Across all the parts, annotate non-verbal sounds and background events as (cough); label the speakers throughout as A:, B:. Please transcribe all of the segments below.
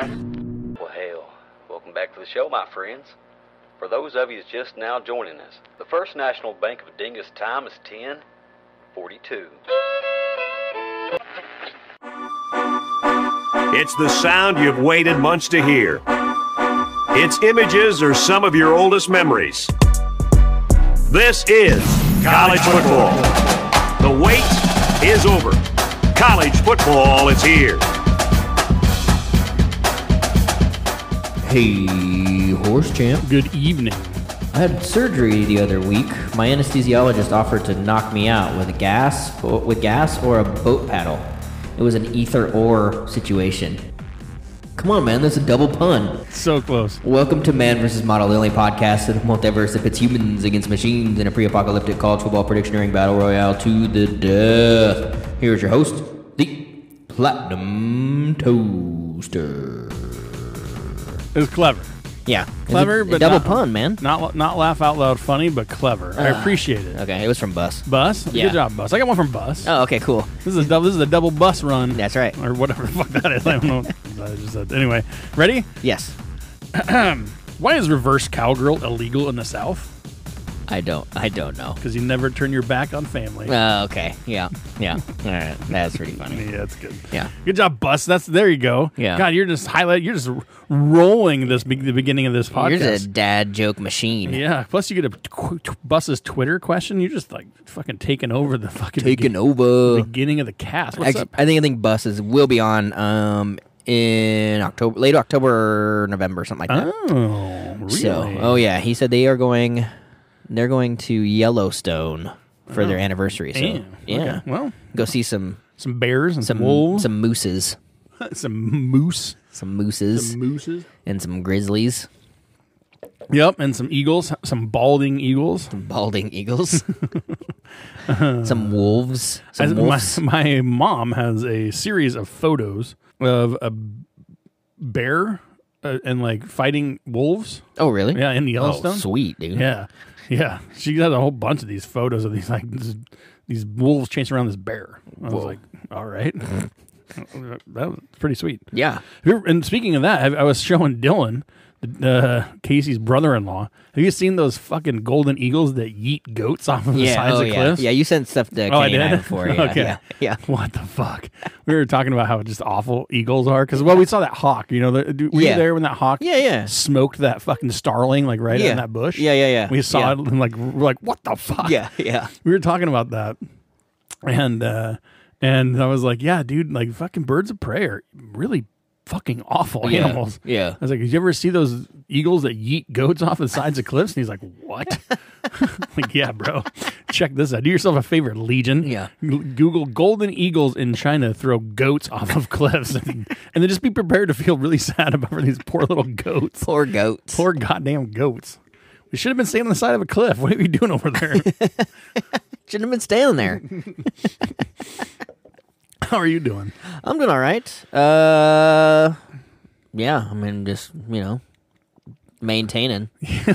A: Well, hell, welcome back to the show, my friends. For those of you that's just now joining us, the First National Bank of Dingus time is 10:42.
B: It's the sound you've waited months to hear. Its images are some of your oldest memories. This is college football. The wait is over. College football is here.
C: Hey, horse champ.
D: Good evening.
C: I had surgery the other week. My anesthesiologist offered to knock me out with a gas, with gas or a boat paddle. It was an ether or situation. Come on, man, that's a double pun.
D: So close.
C: Welcome to Man vs. Model, the only podcast in the multiverse that pits humans against machines in a pre-apocalyptic college football predictioneering battle royale to the death. Here's your host, the Platinum Toaster.
D: It was clever.
C: Yeah, it's a-
D: Clever,
C: a
D: but
C: double
D: not-
C: pun, man.
D: Not not laugh out loud funny, but clever. I appreciate it.
C: Okay, it was from Bus.
D: Bus,
C: Ah. Yeah.
D: good job, Bus. I got one from Bus.
C: Oh, okay, cool.
D: This is a double. This is a double bus run.
C: That's right.
D: Or whatever (laughs) the fuck that is. I don't know. I just said. Anyway, ready?
C: Yes,
D: Why is reverse cowgirl illegal in the South?
C: I don't. I don't know.
D: Because you never turn your back on family.
C: Uh, okay. Yeah. Yeah. All right. That's pretty funny.
D: Yeah, that's good.
C: Yeah.
D: Good job, Bus. That's there. You go.
C: Yeah.
D: God, you're just highlight. You're just rolling this be- the beginning of this podcast.
C: You're a dad joke machine.
D: Yeah. Plus, you get a tw- tw- bus's Twitter question. You're just like fucking taking over the fucking
C: Taking
D: begin-
C: over.
D: beginning of the cast. What's
C: Actually,
D: up?
C: I think I think buses will be on um in October, late October, or November, something like that.
D: Oh, really?
C: So, oh yeah, he said they are going. They're going to Yellowstone for their anniversary. So,
D: Oh, Damn.
C: yeah,
D: Okay. Well,
C: go see some
D: some bears and some,
C: some
D: wolves, some,
C: some mooses,
D: (laughs) moose,
C: some mooses,
D: mooses.
C: and some grizzlies,
D: Yep, and some eagles, some balding eagles.
C: balding eagles,
D: (laughs)
C: (laughs) some wolves,
D: I-
C: some
D: my,
C: wolves.
D: (laughs) my mom has a series of photos of a bear uh, and like fighting wolves.
C: oh, really?
D: Yeah, in Yellowstone.
C: Oh, sweet, dude.
D: Yeah, yeah. She has a whole bunch of these photos of these like this, these wolves chasing around this bear. I was like, all right, (laughs) that was pretty sweet.
C: Yeah.
D: Have you ever- And speaking of that, I, I was showing Dylan, uh, Casey's brother-in-law. Have you seen those fucking golden eagles that yeet goats off of the
C: Yeah.
D: sides
C: oh,
D: of
C: yeah.
D: cliffs?
C: Yeah, you sent stuff to
D: Oh, I
C: Kenny and I
D: did? (laughs)
C: before. Yeah,
D: Okay.
C: yeah. Yeah.
D: What the fuck? We were talking about how just awful eagles are because well, we saw that hawk. You know, the, do- were
C: Yeah.
D: you there when that hawk?
C: Yeah, yeah.
D: Smoked that fucking starling like right
C: Yeah.
D: in that bush.
C: Yeah, yeah, yeah.
D: We saw
C: Yeah.
D: it and like we're like, what the fuck?
C: Yeah, yeah.
D: We were talking about that, and uh and I was like, yeah, dude, like fucking birds of prey are really fucking awful
C: Yeah.
D: animals.
C: Yeah.
D: I was like, did you ever see those eagles that yeet goats off the sides of cliffs? And he's like,
C: (laughs)
D: what? (laughs) like, yeah, bro. Check this out. Do yourself a favor, Legion.
C: Yeah.
D: G- Google golden eagles in China throw goats off of cliffs, (laughs) and, and then just be prepared to feel really sad about these poor little goats.
C: Poor goats.
D: Poor goddamn goats. We should have been staying on the side of a cliff. What are we doing over
C: (laughs)
D: there?
C: Shouldn't have been staying
D: (laughs)
C: there.
D: How are you doing?
C: I'm doing all right. Uh, yeah. I mean, just you know,
D: (laughs)
C: maintaining.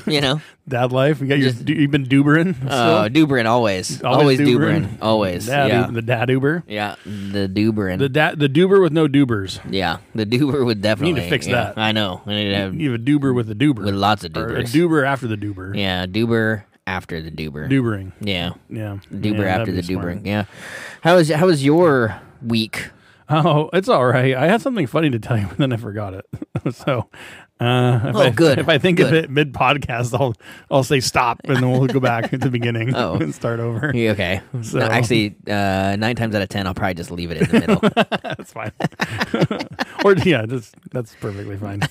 C: you know,
D: Dad life. You got your. du- You've been dubering. still?
C: uh, Duberin always, always, Duberin, always.
D: Dad,
C: yeah,
D: The dad uber.
C: yeah. The Duberin.
D: The dad. The duber with no dubers.
C: yeah, the Duber would definitely
D: fix
C: yeah,
D: that.
C: I know. I need to have
D: You have a duber with a duber.
C: with lots of
D: Or a
C: Dubers.
D: duber after the duber.
C: yeah, Duber after the Duber.
D: Dubering.
C: yeah,
D: Yeah.
C: Duber
D: Yeah,
C: after the
D: that'd be smart.
C: Duber. Yeah. How was how was your week?
D: Oh, it's all right. I had something funny to tell you, (laughs) but then I forgot it. so, uh, if
C: Oh,
D: I,
C: good.
D: If I think of
C: Good.
D: it mid podcast, I'll I'll say stop, and then we'll go back to the
C: (laughs)
D: beginning
C: Oh.
D: (laughs) and start over.
C: Yeah, okay.
D: So-
C: No, actually, uh, nine times out of ten, I'll probably just leave it in the middle.
D: (laughs) That's fine. (laughs) or yeah, that's that's perfectly fine.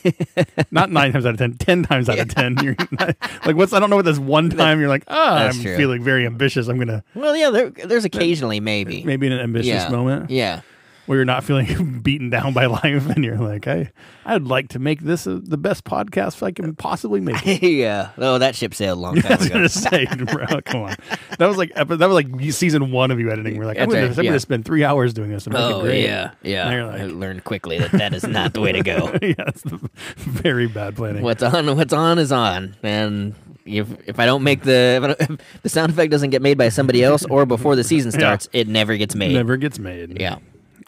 D: Not nine times out of ten, ten times out of ten. You're not, like what's I don't know what this one time you're like, ah,
C: That's
D: I'm
C: true.
D: feeling very ambitious. I'm gonna
C: well, yeah, there, there's occasionally maybe.
D: maybe in an ambitious
C: yeah.
D: moment
C: Yeah. (laughs)
D: where you're not feeling (laughs) beaten down by life and you're like, I I'd like to make this uh the best podcast I can possibly
C: (laughs)
D: make. it.
C: yeah. Oh, that ship sailed a
D: (laughs)
C: long time
D: I was
C: ago.
D: gonna say, bro, come on. That was like epi- that was like season one of you editing. We're like, I'm
C: That's
D: gonna,
C: right,
D: I'm
C: yeah.
D: gonna spend three hours doing this and make it
C: Oh,
D: great.
C: yeah. Yeah.
D: And you're like-
C: I learned quickly that that is not the way to go.
D: (laughs) yeah, that's the (laughs) very bad
C: (laughs)
D: planning.
C: What's on, what's on is on. And if, if I don't make the, if, I don't, if the sound effect doesn't get made by somebody else or before the
D: (laughs)
C: season starts, it never gets made.
D: Never gets made.
C: Yeah.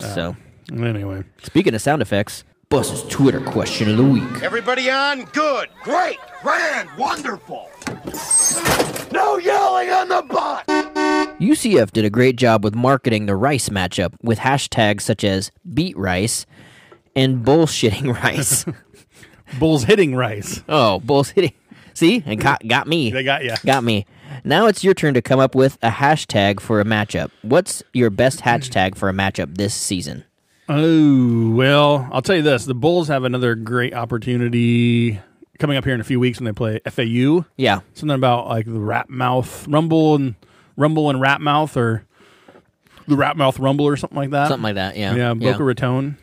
C: so,
D: Anyway.
C: Uh, speaking of sound effects, Bus's Twitter question of the week.
E: Everybody on? Good. Great. Grand. Wonderful. No yelling on the bot.
C: UCF did a great job with marketing the rice matchup with hashtags such as beat rice and bullshitting (laughs)
D: (laughs)
C: rice.
D: Bulls hitting rice.
C: oh, bullshitting. See? And got, got me.
D: They got ya.
C: Got me. Now it's your turn to come up with a hashtag for a matchup. What's your best hashtag for a matchup this season?
D: Oh, well, I'll tell you this. The Bulls have another great opportunity coming up here in a few weeks when they play FAU.
C: Yeah.
D: Something about like the rap mouth rumble and rumble and rap mouth or the rap mouth rumble or something like that.
C: Something like that. Yeah.
D: Yeah, Boca Raton.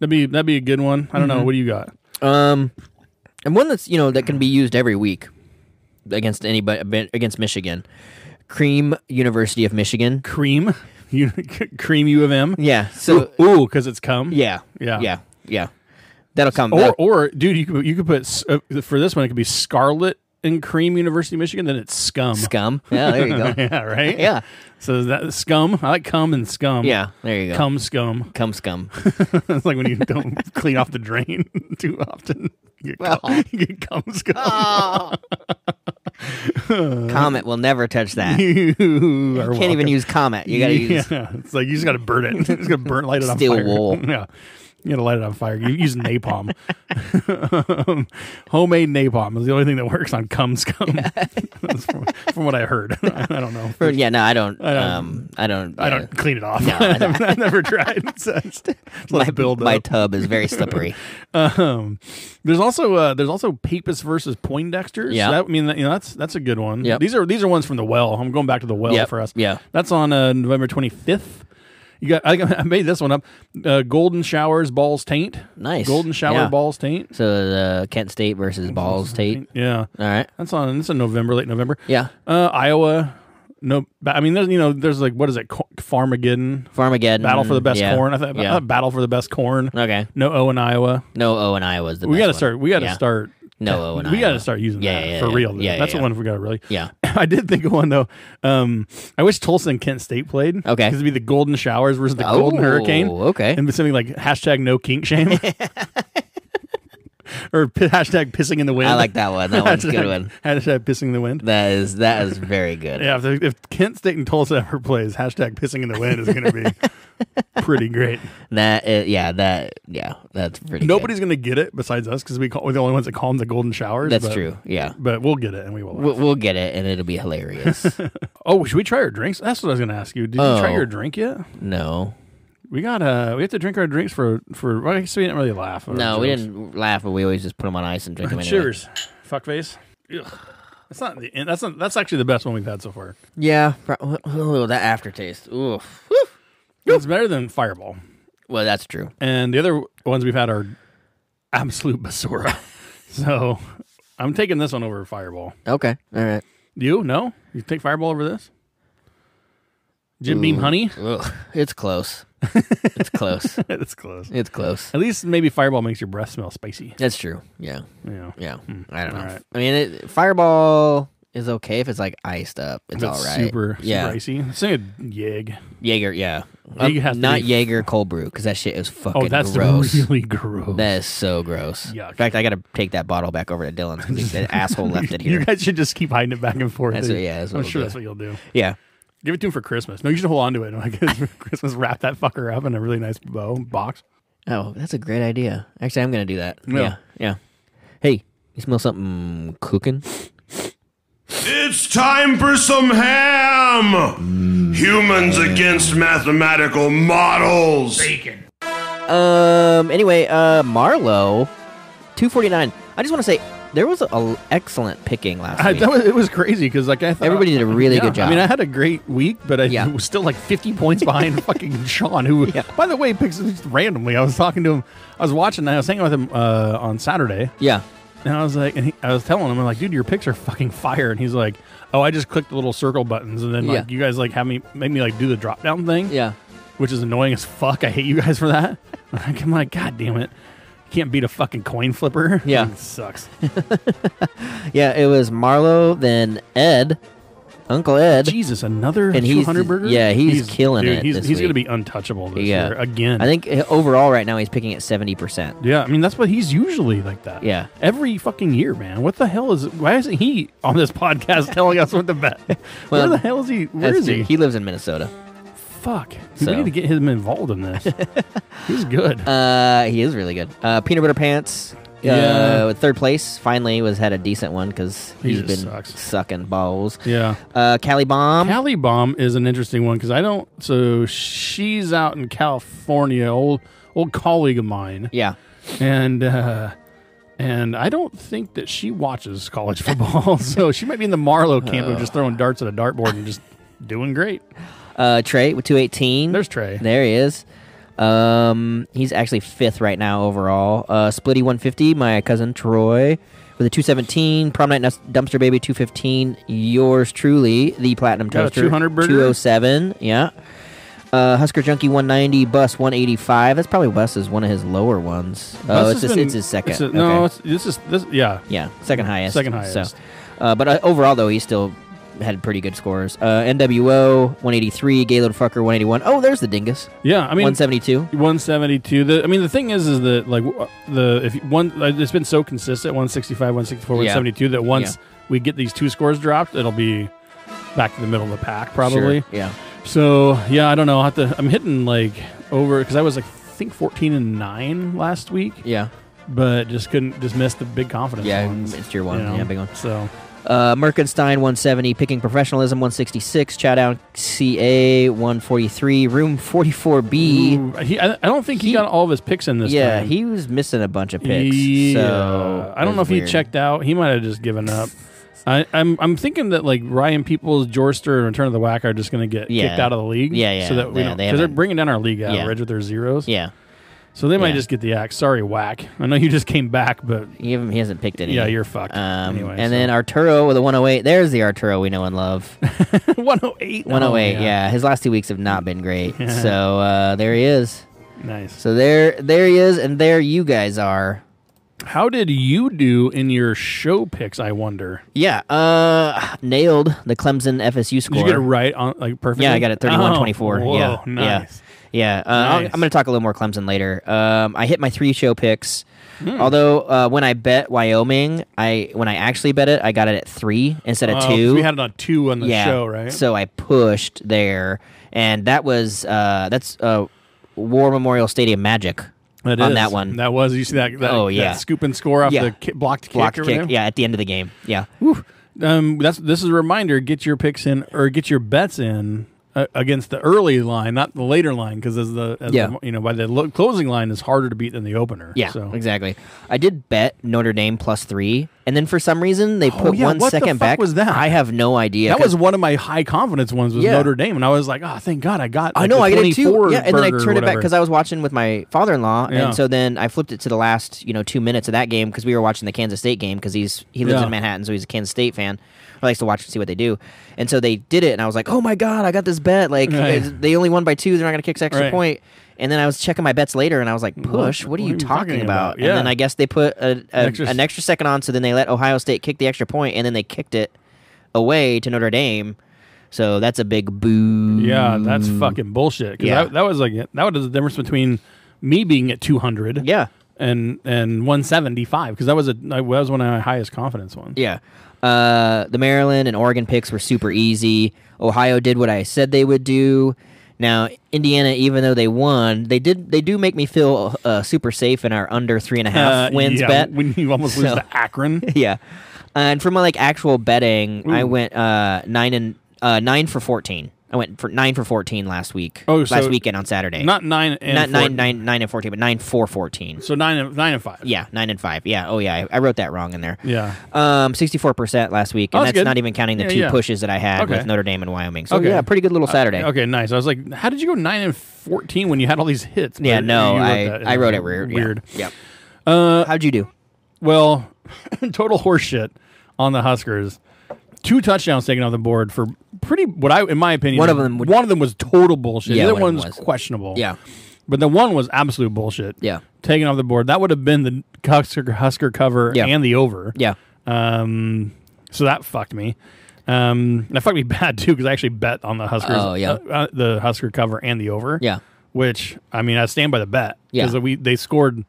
D: That'd be that'd be a good one. I don't
C: Mm-hmm.
D: know. What do you got?
C: Um, and one that's you know that can be used every week against anybody against Michigan, Cream University of Michigan.
D: Cream, (laughs) you, cream U of M.
C: Yeah. So
D: Ooh, because it's come.
C: yeah,
D: Yeah.
C: yeah, yeah. That'll come.
D: Or
C: that'll-
D: or dude, you could you could put s- uh, for this one it could be Scarlet and Cream University of Michigan. Then it's scum.
C: scum. Yeah, there you go.
D: (laughs) yeah. Right.
C: Yeah.
D: So that scum. I like cum and scum.
C: Yeah, there you go.
D: Cum scum. (laughs)
C: Come scum.
D: It's like when
C: (laughs)
D: you don't clean off the drain (laughs) too often. You get, cum, (laughs) you get cum scum.
C: Ah. Comet will never touch
D: (laughs)
C: that. You
D: (laughs) you are
C: can't even use comet. You gotta use
D: (laughs) yeah, it's like you just got to burn it. (laughs) You just got to burn light it on
C: Steel
D: fire. (laughs)
C: wool.
D: yeah, you got to light it on fire. You use napalm, (laughs) Um, homemade napalm is the only thing that works on cum scum. (laughs) That's from, from what I heard, (laughs) I, I don't know.
C: or- yeah. No, I don't.
D: don't-
C: um, I don't.
D: I
C: yeah.
D: (laughs) don't clean it off.
C: No, I don't.
D: I've, never tried. (laughs) It's, it's, it's
C: My,
D: like build
C: my
D: up.
C: tub is very
D: (laughs)
C: slippery.
D: Um, there's also uh, there's also Papist versus Poindexter.
C: Yeah.
D: that, I mean that, you know, that's that's a good one.
C: Yep.
D: these are these are ones from the well. I'm going back to the well
C: Yep,
D: for us.
C: yeah.
D: that's on uh, November 25th. You got I, (laughs) I made this one up. Uh, golden showers balls taint.
C: Nice.
D: Golden shower
C: Yeah.
D: balls taint.
C: so uh, Kent State versus Balls State.
D: Yeah,
C: All right.
D: that's on. It's in November, late November.
C: Yeah.
D: uh, Iowa. No, but, I mean there's you know there's like what is it Co- Farmageddon
C: Farmageddon.
D: battle for the best
C: Mm, yeah,
D: corn. I thought Uh,
C: yeah.
D: battle for the best corn.
C: Okay.
D: No O in Iowa.
C: No O in Iowa's the best
D: We got to
C: one.
D: start. We got to
C: Yeah.
D: start.
C: No O in
D: (laughs) we got
C: Iowa.
D: to start using
C: uh, Yeah,
D: that
C: yeah,
D: for
C: yeah.
D: real. though.
C: Yeah,
D: That's
C: yeah,
D: the one we got to really.
C: Yeah.
D: (laughs) I did think of one though. Um, I wish Tulsa and Kent State played.
C: Okay.
D: because it'd be the Golden Showers versus the Golden
C: Oh,
D: Hurricane.
C: okay.
D: and be something like hashtag No Kink Shame.
C: (laughs)
D: or p- hashtag pissing in the wind.
C: I like that one. That one's a good
D: Hashtag-
C: one.
D: Hashtag pissing in the wind.
C: That is that is very good.
D: Yeah, if, if Kent State and Tulsa ever plays, hashtag pissing in the wind is going
C: (laughs)
D: to be pretty great.
C: That is, yeah that yeah that's pretty. good.
D: Nobody's going to get it besides us because we call, we're the only ones that call them the Golden Showers.
C: That's
D: but-
C: true. Yeah.
D: But we'll get it and we will. laugh.
C: We'll, we'll get it, and it'll be
D: (laughs)
C: hilarious.
D: Oh, should we try our drinks? That's what I was going to ask you. Did you try
C: Oh.
D: your drink yet?
C: no,
D: We got uh, we have to drink our drinks for for. Well, I guess we didn't really laugh. at our
C: no, we
D: jokes.
C: didn't laugh, but we always just put them on ice and drink them. Anyway.
D: Cheers, fuckface. Ugh. That's not the. That's not, that's actually the best one we've had so far.
C: Yeah. Pro- oh, that aftertaste. Oof.
D: It's better than Fireball,
C: Well, that's true.
D: and the other ones we've had are absolute basura. (laughs) so I'm taking this one over Fireball.
C: Okay. All right.
D: You no? You take Fireball over this? Jim
C: Mm.
D: Beam Honey. (laughs)
C: Ugh, it's close. it's close.
D: that's close.
C: It's close.
D: At least maybe Fireball makes your breath smell spicy.
C: That's true. Yeah.
D: Yeah.
C: Yeah. I don't know.
D: Hmm. All right.
C: I mean, it, Fireball is okay if it's like iced up. It's all
D: That's
C: right.
D: super,
C: yeah.
D: super icy. It's like a yeg.
C: Jaeger, yeah. Um,
D: Jaeger has to
C: not
D: be-
C: Jaeger cold brew because that shit is fucking
D: Oh, that's
C: gross. (laughs)
D: really gross.
C: That is so gross.
D: Yuck.
C: In fact, I got to take that bottle back over to Dylan's because that asshole left
D: (laughs)
C: it
D: (laughs) you
C: here.
D: guys should just keep hiding it back and forth.
C: That's what- yeah, that's what
D: I'm
C: we'll
D: sure
C: do.
D: that's what you'll do.
C: yeah.
D: Give it to him for Christmas. No, you should hold on to it. (laughs) Like for Christmas, wrap that fucker up in a really nice bow box.
C: Oh, that's a great idea. Actually, I'm going to do that.
D: Yeah.
C: Yeah. Yeah. Hey, you smell something cooking?
B: It's time for some ham! Humans against mathematical models!
C: Um. Anyway, uh, Marlowe, 249. I just want to say there was a, a excellent picking last
D: I,
C: week.
D: that was, it was crazy because like I thought
C: Everybody did a really
D: Yeah,
C: good job.
D: I mean, I had a great week, but I
C: Yeah.
D: was still like 50
C: (laughs)
D: points behind fucking Sean, who,
C: Yeah.
D: by the way, picks just randomly. I was talking to him. I was watching. I was hanging with him uh, on Saturday.
C: yeah.
D: And I was like, and he, I was telling him, I'm like, dude, your picks are fucking fire. And he's like, oh, I just clicked the little circle buttons, and then like
C: Yeah.
D: you guys like have me make me like do the drop down thing,
C: Yeah.
D: which is annoying as fuck. I hate you guys for that. (laughs) Like, I'm like, god damn it, you can't beat a fucking coin flipper. (laughs)
C: Yeah.
D: It sucks.
C: Yeah, it was Marlowe, then Ed, Uncle Ed.
D: Jesus, another
C: And he's-
D: 200 burger?
C: yeah, he's killing
D: dude,
C: it
D: He's,
C: this
D: he's going to
C: week.
D: be untouchable this
C: yeah.
D: year again.
C: I think uh, overall right now he's picking at 70%.
D: Yeah, I mean that's what he's usually like that.
C: Yeah.
D: every fucking year, man. What the hell is? Why isn't he on this (laughs) podcast telling us what to bet?
C: Well,
D: where the hell is he? Where
C: That's
D: is
C: true.
D: he?
C: He lives in Minnesota.
D: Fuck. Dude,
C: So-
D: We need to get him involved
C: (laughs)
D: in this. he's good.
C: Uh, he is really good. Uh, Peanut Butter Pants.
D: Yeah.
C: Uh, third place finally was had a decent one because
D: He
C: he's
D: just
C: been
D: sucks.
C: sucking balls.
D: yeah.
C: Uh, Cali Bomb.
D: Cali Bomb is an interesting one because I don't. So she's out in California, old old colleague of mine,
C: yeah.
D: and uh, and I don't think that she watches college football, (laughs) so she might be in the Marlowe camp of just throwing darts at a dartboard and just doing great.
C: Uh, Trey with 218.
D: There's Trey.
C: There he is. Um, he's actually fifth right now overall. Uh, Splitty 150, my cousin Troy with a 217. Prom Night Nus- Dumpster Baby 215. Yours truly, the Platinum
D: Got a
C: Toaster
D: 200 burger?
C: 207. Yeah. Uh, Husker Junkie 190, Bus 185. That's probably Bus is one of his lower ones. Oh, it's
D: Bus has
C: his,
D: been-
C: it's his second.
D: it's a-
C: Okay.
D: No, it's, this is this. Yeah,
C: yeah, second highest.
D: Second
C: So,
D: highest.
C: uh, but uh, overall though, he still had pretty good scores. Uh, NWO 183, Gaylord Fucker 181. Oh, there's the dingus.
D: yeah. I mean,
C: 172.
D: 172. The I mean, the thing is, is that like w- the if you- one like, it's been so consistent 165, 164,
C: Yeah.
D: 172 that once
C: Yeah.
D: we get these two scores dropped, it'll be back to the middle of the pack probably.
C: Sure, Yeah.
D: So yeah, I don't know. I have to. I'm hitting like over because I was like I think 14 and nine last week,
C: Yeah.
D: but just couldn't just missed the big confidence.
C: Yeah,
D: ones,
C: missed your one.
D: you know?
C: Yeah, big one.
D: So
C: Uh, Merkenstein 170, Picking Professionalism 166, Chowdown CA 143, Room 44B.
D: Ooh, he, I, I don't think he,
C: He-
D: got all of his picks in this.
C: yeah,
D: time.
C: he was missing a bunch of picks.
D: Yeah.
C: So
D: I don't know if he checked out. He might have just given up. I, I'm I'm thinking that like Ryan Peoples, Jorster, and Return of the Whack are just going to get
C: Yeah.
D: kicked out of the league.
C: Yeah, yeah,
D: So that we
C: yeah,
D: don't
C: they
D: because they are
C: haven't-
D: bringing down our league
C: Yeah.
D: average with their zeros.
C: Yeah.
D: So they might
C: Yeah.
D: just get the axe. Sorry, Whack. I know you just came back, but (laughs)
C: He, haven't- he hasn't picked any.
D: yeah, you're fucked.
C: Um,
D: anyway,
C: and then Arturo with a 108. There's the Arturo we know and love.
D: so.
C: 108,
D: 108. Oh,
C: yeah. His last two weeks have not been
D: (laughs)
C: great. so uh, there he is.
D: Nice.
C: So there there he is, and there you guys are.
D: How did you do in your show picks? I wonder.
C: Yeah, uh, nailed the Clemson FSU score.
D: Did you get it right on like perfectly?
C: Yeah, I got it 31 24.
D: Oh, whoa,
C: yeah.
D: Nice.
C: Yeah. Yeah. Uh, I'll-
D: Nice.
C: I'm going to talk a little more Clemson later. Um, I hit my three show picks.
D: Hmm.
C: Although uh, when I bet Wyoming, I when I actually bet it, I got it at three instead of
D: Oh, 'cause
C: two.
D: We had it on two on the
C: yeah.
D: show, right?
C: So I pushed there, and that was uh, that's uh, War Memorial Stadium magic
D: That
C: on
D: is.
C: that one.
D: That was you see that, that
C: Oh,
D: that
C: yeah.
D: scoop and score off
C: Yeah.
D: the ki- blocked kick
C: blocked
D: or
C: kick.
D: whatever?
C: Yeah, at the end of the game. Yeah.
D: Um, that's this is a reminder: get your picks in or get your bets in uh, against the early line, not the later line, because as the as
C: Yeah.
D: the, you know by the lo- closing line is harder to beat than the opener.
C: Yeah,
D: so.
C: exactly. I did bet Notre Dame plus three, and then for some reason they put
D: Oh, yeah,
C: one
D: what the
C: second
D: fuck
C: back.
D: was that?
C: I have no idea.
D: That
C: 'cause-
D: was one of my high confidence ones was
C: Yeah.
D: Notre Dame, and I was like, "Oh, thank God I got."
C: I
D: like,
C: know
D: the
C: I get it
D: 24
C: too. Yeah, and then I
D: burger or
C: turned it back
D: whatever.
C: because I was watching with my father-in-law,
D: Yeah.
C: and so then I flipped it to the last you know two minutes of that game because we were watching the Kansas State game because he's he lives
D: Yeah.
C: in Manhattan, so he's a Kansas State fan. I likes to watch and see what they do, and so they did it, and I was like, oh my god, I got this bet. Like
D: Right.
C: it's- they only won by two, they're not gonna kick extra
D: Right.
C: point. And then I was checking my bets later, and I was like, "Push! What, are you talking, about?"
D: Yeah.
C: And then I guess they put a, a,
D: An extra s-
C: an extra second on, so then they let Ohio State kick the extra point, and then they kicked it away to Notre Dame. So that's a big boo.
D: Yeah, that's fucking bullshit. 'Cause
C: Mm. Yeah.
D: that, that was like that was the difference between me being at two hundred.
C: Yeah.
D: and and one seventy five because that was a that was one of my highest confidence ones.
C: Yeah. Uh, the Maryland and Oregon picks were super easy. Ohio did what I said they would do. Now Indiana, even though they won, they did they do make me feel uh, super safe in our under three and a half
D: Uh,
C: wins
D: yeah,
C: bet.
D: when you almost lose
C: So-
D: to Akron.
C: (laughs) yeah, and for my like actual betting, I went uh, nine and uh, nine for fourteen. I went for nine for fourteen last week.
D: Oh,
C: last
D: so
C: weekend on Saturday.
D: Not nine and
C: not
D: four-
C: nine, nine, nine and fourteen, but nine for fourteen.
D: So nine and nine and five.
C: Yeah, nine and five. Yeah. Oh, yeah. I, I wrote that wrong in there.
D: Yeah.
C: Um, sixty-four percent last week, and
D: Oh,
C: that's
D: that's good.
C: not even counting the
D: Yeah,
C: two
D: yeah.
C: pushes that I had
D: Okay.
C: with Notre Dame and Wyoming. So
D: Okay. Uh,
C: yeah, pretty good little Saturday.
D: Okay, nice. I was like, how did you go nine and fourteen when you had all these hits?
C: Yeah.
D: But
C: No,
D: you wrote
C: I
D: that in
C: I
D: there.
C: wrote it weird. yeah.
D: Weird. Uh,
C: Yep. How'd you do?
D: Well, (laughs) total horseshit on the Huskers. Two touchdowns taken off the board for pretty what I, in my opinion,
C: One of them would-
D: one of them was total bullshit.
C: Yeah,
D: the
C: one
D: other
C: of them
D: one's
C: was.
D: questionable.
C: Yeah.
D: but the one was absolute bullshit.
C: Yeah.
D: taken off the board. That would have been the Husker, Husker cover
C: Yeah.
D: and the over.
C: Yeah.
D: Um, so that fucked me. Um, and it fucked me (laughs) bad too because I actually bet on the Huskers,
C: Oh, yeah.
D: uh, uh, the Husker cover and the over.
C: Yeah.
D: which I mean, I stand by the bet
C: Yeah.
D: because we they scored,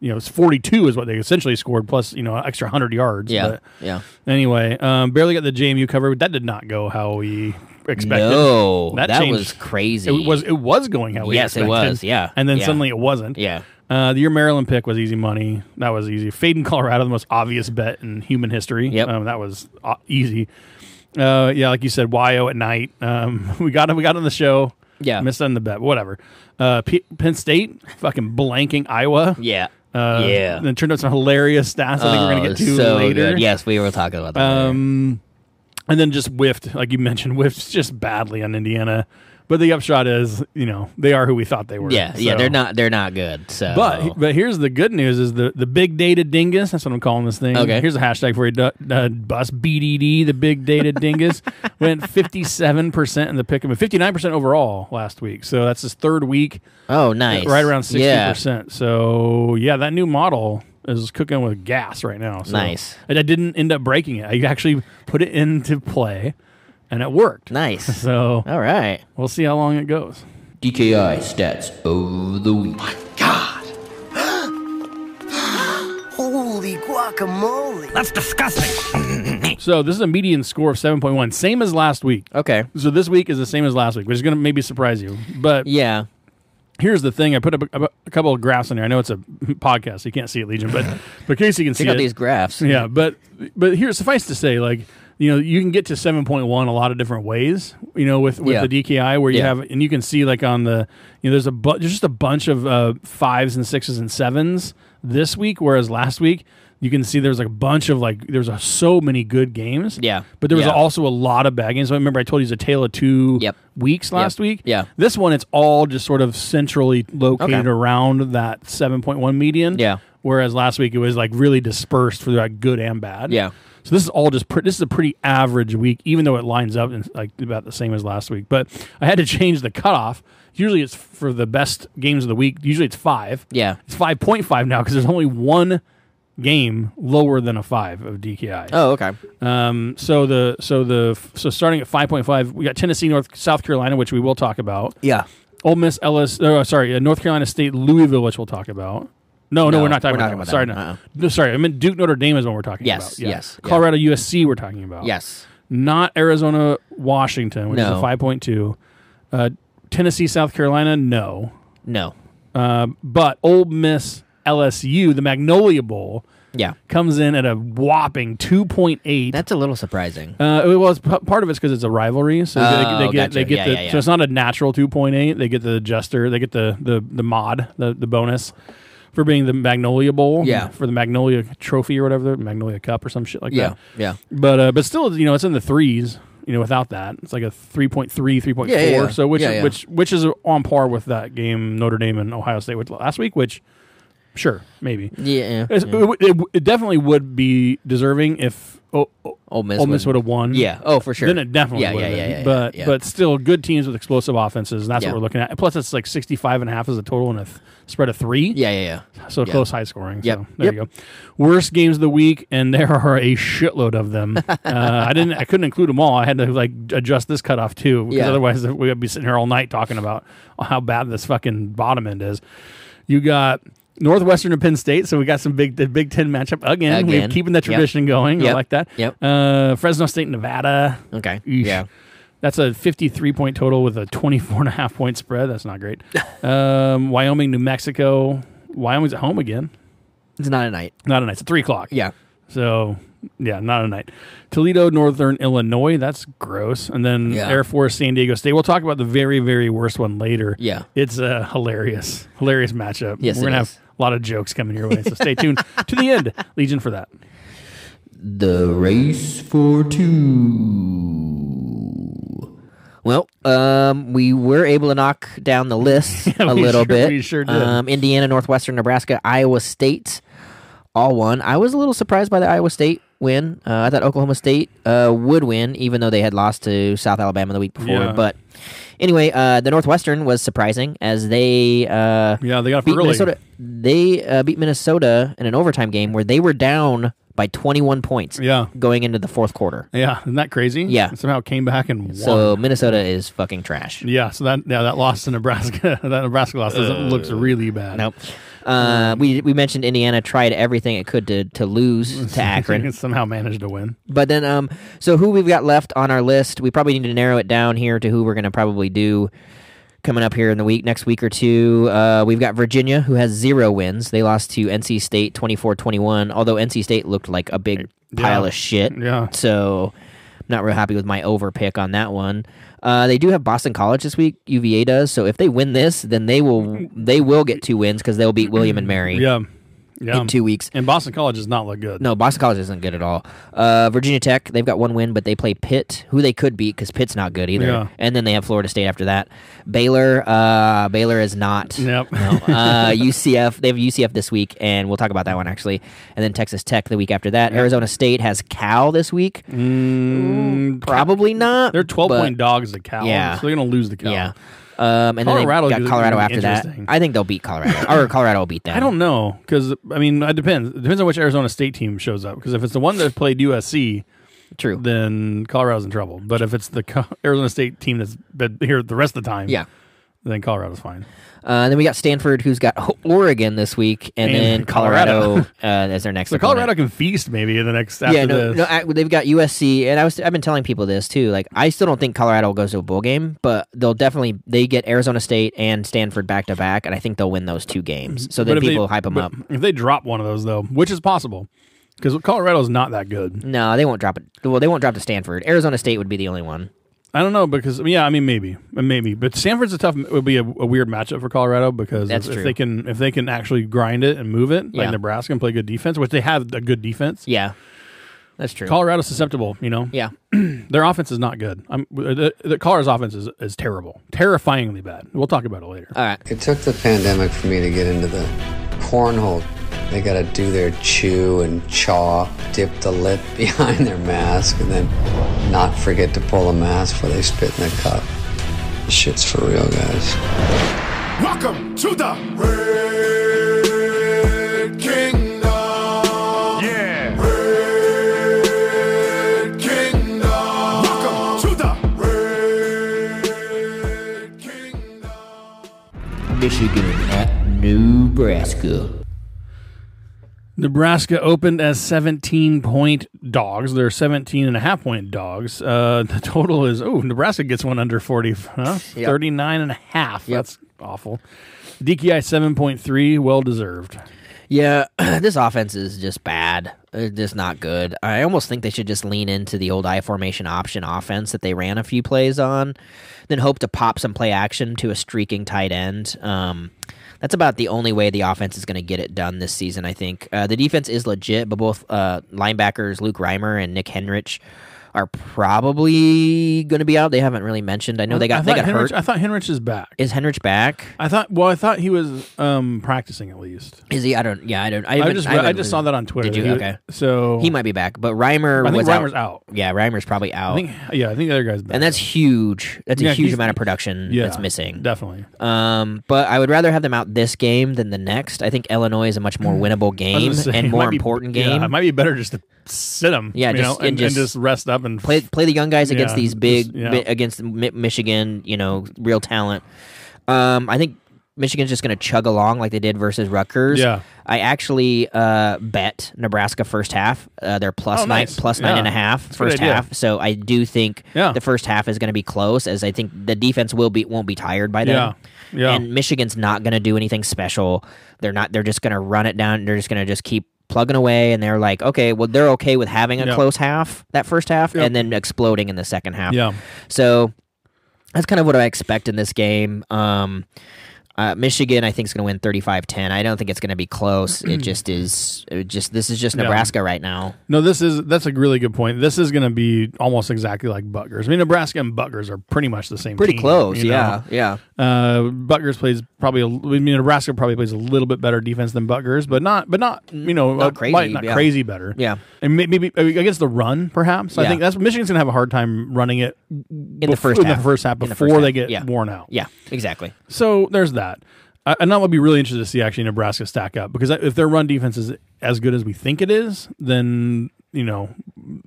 D: you know, it's forty two is what they essentially scored plus you know an extra hundred yards.
C: Yeah,
D: but
C: yeah.
D: Anyway, um, barely got the JMU cover. That did not go how we expected.
C: No, that
D: changed.
C: was crazy.
D: It was it was going how we
C: Yes, it
D: expected.
C: was, yeah,
D: and then
C: yeah.
D: suddenly it wasn't.
C: Yeah.
D: Uh, the year Maryland pick was easy money. That was easy. Fade in Colorado, the most obvious bet in human history.
C: Yep.
D: Um, that was uh, easy. Uh, yeah, like you said, Wyo at night. Um, (laughs) we got we got on the show.
C: Yeah.
D: missed on the bet. Whatever. Uh, P- Penn State fucking blanking Iowa.
C: Yeah.
D: Uh,
C: yeah.
D: And it turned out some hilarious stats. I think we're
C: Oh,
D: gonna get to
C: so
D: later.
C: Good. Yes, we were talking about that. Um,
D: and then just whiffed, like you mentioned, (laughs) whiffed just badly on Indiana. But the upshot is, you know, they are who we thought they were.
C: yeah, yeah,
D: So-
C: they're not they're not good. So,
D: But but here's the good news: is the the big data dingus. That's what I'm calling this thing.
C: Okay.
D: Here's a hashtag for you: du- uh, bus BDD. The
C: (laughs)
D: big data dingus went 57 percent in the pick, 59 percent overall last week. So that's his third week,
C: oh, nice,
D: right around 60
C: Yeah.
D: percent. So yeah, that new model is cooking with gas right now. So
C: Nice.
D: And I didn't end up breaking it. I actually put it into play, and it worked. (laughs)
C: Nice.
D: So
C: All right.
D: we'll see how long it goes.
C: DKI E stats of the week.
F: Holy guacamole.
B: That's disgusting.
D: So this is a median score of 7.1, same as last week.
C: Okay.
D: So this week is the same as last week, which is going to maybe surprise you. But
C: Yeah.
D: here's the thing: I put up a, a couple of graphs in there. I know it's a (laughs) podcast; you can't see it, Legion, but but Casey can see
C: Check out
D: it.
C: these graphs.
D: yeah, but but here, suffice to say, like you know, you can get to seven point one a lot of different ways. You know, with with
C: Yeah.
D: the DKI where you
C: Yeah.
D: have and you can see like on the you know, there's a bu- there's just a bunch of uh, fives and sixes and sevens this week, whereas last week. You can see there's like a bunch of like there's a, so many good games.
C: Yeah.
D: But there was
C: Yeah.
D: also a lot of bad games. I remember I told you it's a tale of two
C: Yep.
D: weeks last
C: Yep.
D: week.
C: Yeah.
D: This one, it's all just sort of centrally located
C: Okay.
D: around that 7.1 median.
C: Yeah.
D: Whereas last week it was like really dispersed for like good and bad.
C: Yeah.
D: So this is all just pre- this is a pretty average week, even though it lines up and like about the same as last week. But I had to change the cutoff. Usually it's for the best games of the week. Usually it's five.
C: Yeah.
D: It's five point five now because there's only one game lower than a five of DKI.
C: Oh, okay.
D: Um, so the so the so starting at five point five, we got Tennessee, North South Carolina, which we will talk about.
C: Yeah.
D: Ole Miss, Ellis, oh, sorry, uh, North Carolina State, Louisville, which we'll talk about. No, no,
C: No,
D: we're not talking
C: we're not
D: about, that. one. Sorry,
C: talking about
D: no.
C: that
D: no, sorry. I meant Duke, Notre Dame is what we're talking
C: Yes,
D: about. Yeah.
C: yes, yeah.
D: Colorado, USC, we're talking about.
C: Yes.
D: not Arizona, Washington, which is
C: No.
D: a five point two. Uh, Tennessee, South Carolina, no, Uh,
C: No.
D: but Ole Miss, LSU, the Magnolia Bowl
C: Yeah.
D: comes in at a whopping two point eight.
C: That's a little surprising.
D: Uh, well, it's p- part of it's because it's a rivalry, so
C: Oh,
D: they, they get
C: gotcha.
D: they get
C: Yeah,
D: the
C: yeah, yeah.
D: so it's not a natural two point eight. They get the adjuster, they get the the the mod, the the bonus for being the Magnolia Bowl,
C: Yeah.
D: for the Magnolia Trophy or whatever, the Magnolia Cup or some shit like
C: Yeah.
D: that.
C: Yeah.
D: But uh, but still, you know, it's in the threes. You know, without that, it's like a 3.3, 3.4.
C: Yeah, yeah, yeah.
D: So which
C: Yeah, yeah.
D: which which is on par with that game Notre Dame and Ohio State with last week, which. Sure, maybe.
C: Yeah,
D: It's-
C: yeah.
D: It, w- it, w- it definitely would be deserving if oh, oh,
C: Ole Miss
D: Ole Miss
C: would-
D: would have won.
C: Yeah. Oh, for sure.
D: Then it definitely
C: Yeah.
D: would
C: Yeah.
D: have
C: Yeah.
D: been.
C: yeah, yeah,
D: but
C: yeah.
D: but still good teams with explosive offenses. And that's
C: Yeah.
D: what we're looking at. Plus it's like 65 and a half is a total and a th- spread of 3.
C: yeah. Yeah. Yeah.
D: So
C: yeah.
D: close high scoring.
C: Yep.
D: So there you go. Worst games of the week and (laughs) there are a shitload of them. uh, I didn't I couldn't include them all. I had to like adjust this cutoff too because
C: Yeah.
D: otherwise we would be sitting here all night talking about how bad this fucking bottom end is. You got Northwestern and Penn State, so we got some big the Big Ten matchup again. We're
C: Again.
D: keeping that
C: Yep.
D: tradition going. I
C: Yep.
D: like that.
C: Yep.
D: Uh, Fresno State, Nevada.
C: Okay.
D: Eesh.
C: Yeah.
D: That's a 53 point total with a 24 and a half point spread. That's
C: (laughs)
D: not great. um, Wyoming, New Mexico. Wyoming's at home again.
C: It's not a night.
D: Not a night. It's three o'clock.
C: Yeah.
D: So, yeah, not a night. Toledo, Northern Illinois. That's gross. And then
C: Yeah.
D: Air Force, San Diego State. We'll talk about the very, very worst one later.
C: Yeah.
D: It's a hilarious, hilarious matchup.
C: Yes,
D: We're
C: it
D: going to
C: is.
D: have a lot of jokes coming your way. So
C: (laughs)
D: stay tuned to the end, Legion, for that.
C: The race for two. Well, um, we were able to knock down the
D: (laughs)
C: list a
D: we
C: little
D: sure-
C: bit.
D: we sure did.
C: Um, Indiana, Northwestern, Nebraska, Iowa State, all won. I was a little surprised by the Iowa State win. Uh, I thought Oklahoma State uh, would win, even though they had lost to South Alabama the week before.
D: Yeah.
C: But anyway, uh, the Northwestern was surprising as they uh,
D: Yeah, they got up
C: beat
D: early.
C: Minnesota. They uh, beat Minnesota in an overtime game where they were down by 21 points
D: Yeah.
C: going into the fourth quarter.
D: Yeah, isn't that crazy?
C: Yeah.
D: somehow came back and won.
C: So Minnesota is fucking trash.
D: yeah, so that yeah that loss to Nebraska, (laughs) that Nebraska loss doesn't, looks really bad.
C: Nope. Uh, we we mentioned Indiana tried everything it could to to lose
D: (laughs)
C: to Akron,
D: somehow managed to win.
C: but then um, so who we've got left on our list? We probably need to narrow it down here to who we're gonna probably do coming up here in the week next week or two. Uh, we've got Virginia who has zero wins. They lost to NC State 24-21, Although NC State looked like a big pile of shit.
D: Yeah.
C: So I'm not real happy with my over pick on that one. Uh, they do have Boston College this week. UVA does. So if they win this, then they will they will get two wins because they'll beat William and Mary
D: Yeah, yeah.
C: in two weeks.
D: And Boston College does not look good.
C: No, Boston College isn't good at all. Uh, Virginia Tech, they've got one win, but they play Pitt, who they could beat because Pitt's not good either.
D: Yeah.
C: And then they have Florida State after that. Baylor, uh, Baylor is
D: (laughs)
C: not.
D: Yep.
C: No. Uh, UCF, they have UCF this week, and we'll talk about that one actually. And then Texas Tech the week after that. Arizona State has Cal this week. Mm, Probably not.
D: They're twelve
C: but-
D: point dogs to Cal.
C: Yeah.
D: so they're gonna lose the Cal.
C: Yeah. Um, and
D: Colorado
C: then they
D: is
C: got Colorado
D: gonna be
C: after that.
D: interesting.
C: I think they'll beat Colorado, or Colorado will beat them.
D: I don't know because I mean it depends. It depends on which Arizona State team shows up. Because if it's the one that played USC,
C: True.
D: then Colorado's in trouble. But if it's the Co- Arizona State team that's been here the rest of the time,
C: Yeah.
D: then Colorado's fine.
C: Uh, and then we got Stanford, who's got O- Oregon this week, and,
D: And
C: then Colorado,
D: Colorado.
C: (laughs) uh, as their next.
D: So
C: opponent.
D: Colorado can feast maybe in the next after
C: yeah, no,
D: this.
C: no, I, they've got USC, and I was I've been telling people this too. Like, I still don't think Colorado goes to a bowl game, but they'll definitely they get Arizona State and Stanford back to back, and I think they'll win those two games. So then
D: if
C: people
D: they,
C: hype 'em hype
D: but
C: them up.
D: If they drop one of those though, which is possible, because Colorado's not that good.
C: No, they won't drop it. Well, they won't drop to Stanford. Arizona State would be the only one.
D: I don't know because yeah, I mean maybe, maybe, but Stanford's a tough. It would be a, a weird matchup for Colorado because
C: That's
D: if,
C: true.
D: if they can if they can actually grind it and move it
C: Yeah.
D: like Nebraska and play good defense, which they have a good defense.
C: Yeah, that's true.
D: Colorado's susceptible, you know.
C: yeah,
D: (clears throat) Their offense is not good. I'm, the, the Colorado's offense is, is terrible, terrifyingly bad. We'll talk about it later.
C: all right.
G: It took the pandemic for me to get into the cornhole. They gotta do their chew and chaw, dip the lip (laughs) behind their mask, and then not forget to pull a mask before they spit in the cup. This shit's for real, guys.
H: Welcome to the Red Kingdom. Yeah. Red Kingdom. Welcome to the Red Kingdom.
C: Michigan at Nebraska.
D: Nebraska opened as 17 point dogs. They're 17 and a half point dogs. Uh, (laughs) the total is, oh, Nebraska gets one under 40, huh? 39 and a half. That's awful. DKI 7.3, well deserved.
C: Yeah, (clears throat) this offense is just bad. It's just not good. I almost think they should just lean into the old I formation option offense that they ran a few plays on, then hope to pop some play action to a streaking tight end. Um, that's about the only way the offense is going to get it done this season, I think. Uh, the defense is legit, but both uh, linebackers Luke Reimer and Nick Henrich are probably going to be out. They haven't really mentioned. I know they got
D: I
C: they
D: thought
C: got
D: Henrich-
C: hurt.
D: I thought Henrich is back.
C: is Henrich back?
D: I thought, well, I thought he was um, practicing at least.
C: Is he? I don't. Yeah, I don't. I,
D: I
C: haven't-
D: just,
C: haven't
D: I, just saw that on Twitter.
C: Did you?
D: He-
C: Okay.
D: So
C: He might be back, but Reimer.
D: I think
C: was
D: Reimer's
C: out.
D: out.
C: Yeah, Reimer's probably out.
D: I think, yeah, I think the other guy's back.
C: and that's huge. That's a
D: Yeah,
C: huge
D: he's-
C: amount of production
D: yeah,
C: that's missing.
D: Definitely.
C: Um, but I would rather have them out this game than the next. I think Illinois is a much more winnable
D: Mm. I was
C: game
D: gonna say, (laughs)
C: and
D: it
C: more
D: might be-
C: important
D: yeah,
C: game.
D: it might be better just to sit them.
C: Yeah,
D: you
C: just-
D: know,
C: and
D: and, and
C: just
D: just, rest up and
C: play play the young guys against
D: Yeah,
C: these
D: just-
C: big
D: yeah.
C: bi- against Mi- Michigan. You know, real talent. Um, I think Michigan's just going to chug along like they did versus Rutgers.
D: Yeah.
C: I actually uh, bet Nebraska first half. Uh, they're plus
D: Oh,
C: nine,
D: nice.
C: plus nine
D: Yeah.
C: and a half
D: That's a good
C: first
D: idea.
C: half. So I do think
D: Yeah.
C: the first half is going to be close, as I think the defense will be won't be tired by then.
D: Yeah. Yeah.
C: And Michigan's not going to do anything special. They're not. They're just going to run it down. They're just going to just keep plugging away. And they're like, okay, well, they're okay with having a
D: Yeah.
C: close half that first half,
D: Yep.
C: and then exploding in the second half.
D: Yeah.
C: So that's kind of what I expect in this game. Um, uh, Michigan, I think, is going to win 35-10. I don't think it's going to be close.
D: (clears throat)
C: It just is. It just this is just Nebraska right now.
D: No, this is that's a really good point. This is going to be almost exactly like Butgers. I mean, Nebraska and Butgers are pretty much the same.
C: Pretty
D: team,
C: close.
D: you know?
C: Yeah. Yeah.
D: Uh, Butgers plays probably. A, I mean, Nebraska probably plays a little bit better defense than Butgers, but not, but not you know,
C: Not
D: uh,
C: crazy,
D: like, not
C: yeah.
D: crazy better.
C: Yeah.
D: and may- maybe I mean, against the run, perhaps. I
C: Yeah.
D: think that's Michigan's going to have a hard time running it
C: In the first
D: in
C: half.
D: the first half
C: In the
D: before
C: first
D: they
C: half,
D: get
C: yeah.
D: worn out.
C: Yeah. Exactly.
D: So there's that. I, and that would be really interested to see actually Nebraska stack up because if their run defense is as good as we think it is, then you know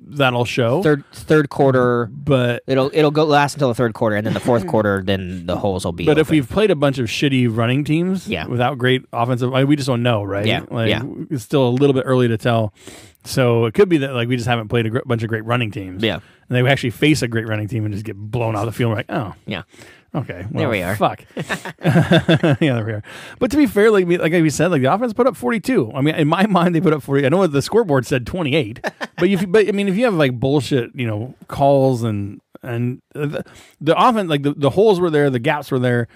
D: that'll show.
C: Third third quarter.
D: but
C: It'll it'll go last until the third quarter, and then the fourth quarter, then the holes will be.
D: but if
C: open.
D: we've played a bunch of shitty running teams
C: Yeah.
D: without great offensive, I mean, we just don't know, right?
C: Yeah,
D: Like,
C: yeah.
D: It's still a little bit early to tell. So it could be that like we just haven't played a gr- bunch of great running teams.
C: Yeah.
D: And they would actually face a great running team and just get blown out of the field. We're like, oh,
C: yeah,
D: okay. Well,
C: There we are. (laughs)
D: Fuck. (laughs) yeah, there we are. But to be fair, like we- like we said, like the offense put up 42. I mean, in my mind, they put up 40. I know what the scoreboard said
C: (laughs)
D: 28. but if you, but I mean, if you have like bullshit, you know, calls and and uh, the, the offense, like the, the holes were there, the gaps were there,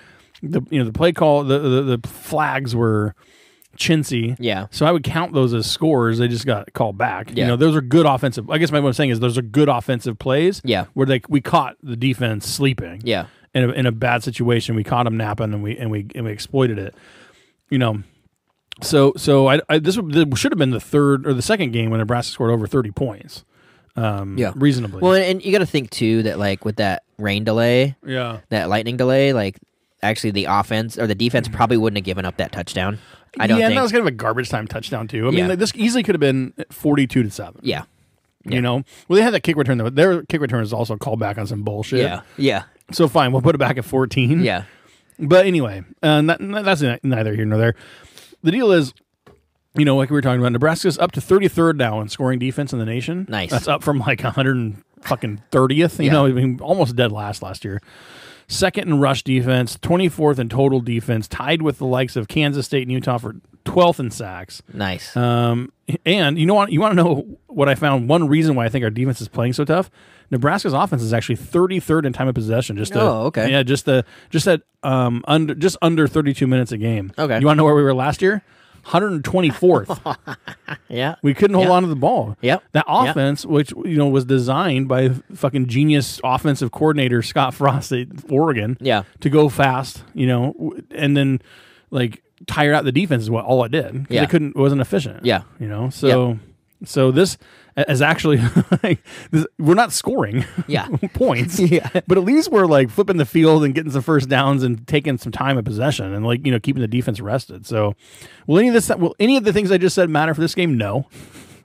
D: the you know the play call, the the, the flags were chintzy.
C: Yeah.
D: So I would count those as scores. They just got called back.
C: Yeah.
D: You know, those are good offensive. I guess my what I'm saying is those are good offensive plays.
C: Yeah.
D: Where they we caught the defense sleeping
C: yeah,
D: in a, in a bad situation. We caught him napping and we and we and we exploited it. You know, so so I, I this, would, this should have been the third or the second game when Nebraska scored over thirty points. Um,
C: Yeah.
D: reasonably.
C: Well, and, and you got to think too that like with that rain delay,
D: yeah,
C: that lightning delay, like actually the offense or the defense probably wouldn't have given up that touchdown. I don't
D: Hmm. yeah, and
C: think.
D: that was kind of a garbage time touchdown too. I mean,
C: Yeah.
D: like, this easily could have been forty-two to seven.
C: yeah,
D: You know, well they had that kick return though. Their kick return is also called back on some bullshit.
C: yeah, yeah,
D: So fine, we'll put it back at fourteen.
C: yeah,
D: But anyway, uh, not, that's ni- neither here nor there. The deal is, you know, like we were talking about, Nebraska's up to 33rd now in scoring defense in the nation.
C: Nice.
D: That's up from like 100 and fucking 30th. You
C: Yeah.
D: know, I mean, almost dead last last year. Second in rush defense, 24th in total defense, tied with the likes of Kansas State and Utah for 12th in sacks.
C: Nice.
D: Um, and you know what? You want to know what I found? One reason why I think our defense is playing so tough. Nebraska's offense is actually 33rd in time of possession. Just the,
C: Oh, okay.
D: Yeah, just the just that um under just under 32 minutes a game.
C: Okay.
D: You want to know where we were last year?
C: (laughs)
D: 124th.
C: yeah,
D: we couldn't hold
C: Yeah.
D: on to the ball.
C: Yep.
D: That
C: Yep.
D: offense, which you know was designed by fucking genius offensive coordinator Scott (laughs) Frost at Oregon.
C: Yeah.
D: To go fast, you know, w- and then like tire out the defense is what all it did. 'Cause
C: Yeah.
D: It couldn't. It wasn't efficient.
C: Yeah.
D: You know. So so this is actually (laughs) like, this, we're not scoring (laughs)
C: Yeah. (laughs)
D: points.
C: Yeah.
D: But at least we're like flipping the field and getting some first downs and taking some time of possession and like you know keeping the defense rested. So will any of this will any of the things I just said matter for this game? No.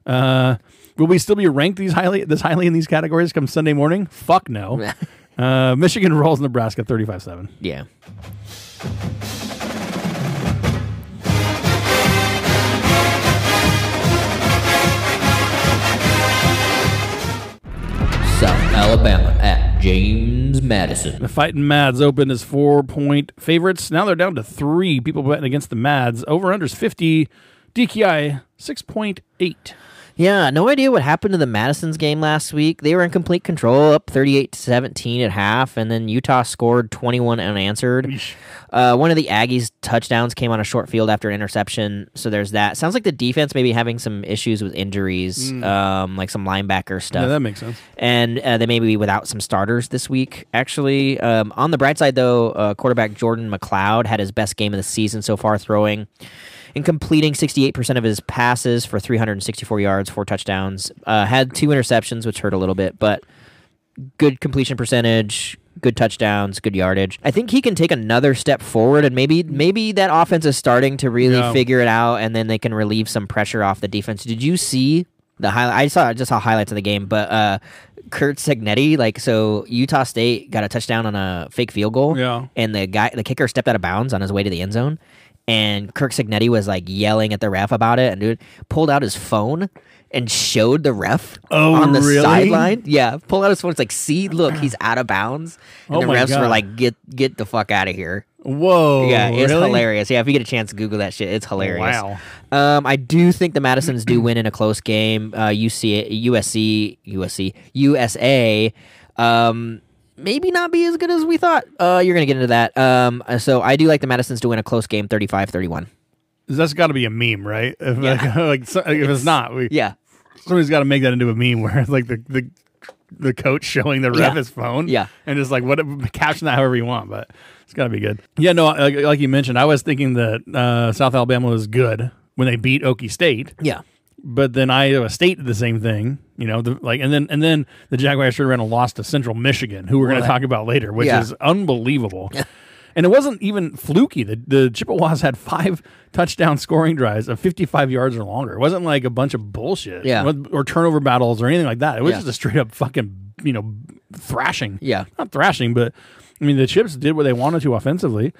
D: Uh, will we still be ranked these highly this highly in these categories come Sunday morning?
C: (laughs)
D: Fuck no. Uh, Michigan rolls Nebraska 35 7.
C: yeah.
I: South Alabama at James Madison.
D: The fighting Mads opened as four point favorites. Now they're down to three people betting against the Mads. Over unders 50. DKI 6.8.
C: Yeah, no idea what happened to the Madison's game last week. They were in complete control, up 38 to 17 at half, and then Utah scored 21 unanswered. Uh, one of the Aggies' touchdowns came on a short field after interception, so there's that. Sounds like the defense may be having some issues with injuries, um, like some linebacker stuff
D: Mm. Yeah, that makes sense.
C: and uh, they may be without some starters this week. Actually, um, on the bright side, though, uh, quarterback Jordan McLeod had his best game of the season so far, throwing and completing 68% of his passes for 364 yards, four touchdowns. Uh, had two interceptions, which hurt a little bit, but good completion percentage, good touchdowns, good yardage. I think he can take another step forward, and maybe maybe that offense is starting to really
D: Yeah.
C: figure it out, and then they can relieve some pressure off the defense. Did you see the highlight? I saw I just saw highlights of the game, but uh, Kurt Segnetti, like so, Utah State got a touchdown on a fake field goal,
D: Yeah.
C: and the guy, the kicker, stepped out of bounds on his way to the end zone. And Kirk Signetti was like yelling at the ref about it, and dude pulled out his phone and showed the ref
D: Oh,
C: on the
D: really?
C: sideline. Yeah, pull out his phone. It's like, see, look, he's out of bounds. And
D: Oh
C: the
D: my
C: refs were
D: God.
C: like, get get the fuck out of here.
D: Whoa.
C: yeah, it's
D: Oh, really?
C: hilarious. Yeah, if you get a chance, Google that shit. It's hilarious.
D: Wow.
C: Um, I do think the Madisons do win in a close game. Uh, UC, USC, USC, USA. Um, maybe not be as good as we thought. Uh, you're gonna get into that. Um, so I do like the Madisons to win a close game, 35-31.
D: That's got to be a meme, right? (laughs) If, like, like, so- if it's, not, we,
C: Yeah,
D: somebody's got to make that into a meme where (laughs) like the the the coach showing the ref
C: Yeah.
D: his phone,
C: Yeah.
D: and just like what (laughs) caption that however you want, but it's got to be good. Yeah, no, like, like you mentioned, I was thinking that uh, South Alabama was good when they beat Okie State,
C: yeah,
D: but then Iowa State did the same thing, you know, the, like and then and then the Jaguars turned around and lost to Central Michigan, who we're going to talk about later, which
C: Yeah.
D: is unbelievable. And it wasn't even fluky. The, the Chippewas had five touchdown scoring drives of 55 yards or longer. It wasn't like a bunch of bullshit
C: Yeah.
D: or, or turnover battles or anything like that. It was
C: Yeah.
D: just a straight up fucking, you know, thrashing.
C: Yeah.
D: Not thrashing, but I mean, the Chips did what they wanted to offensively.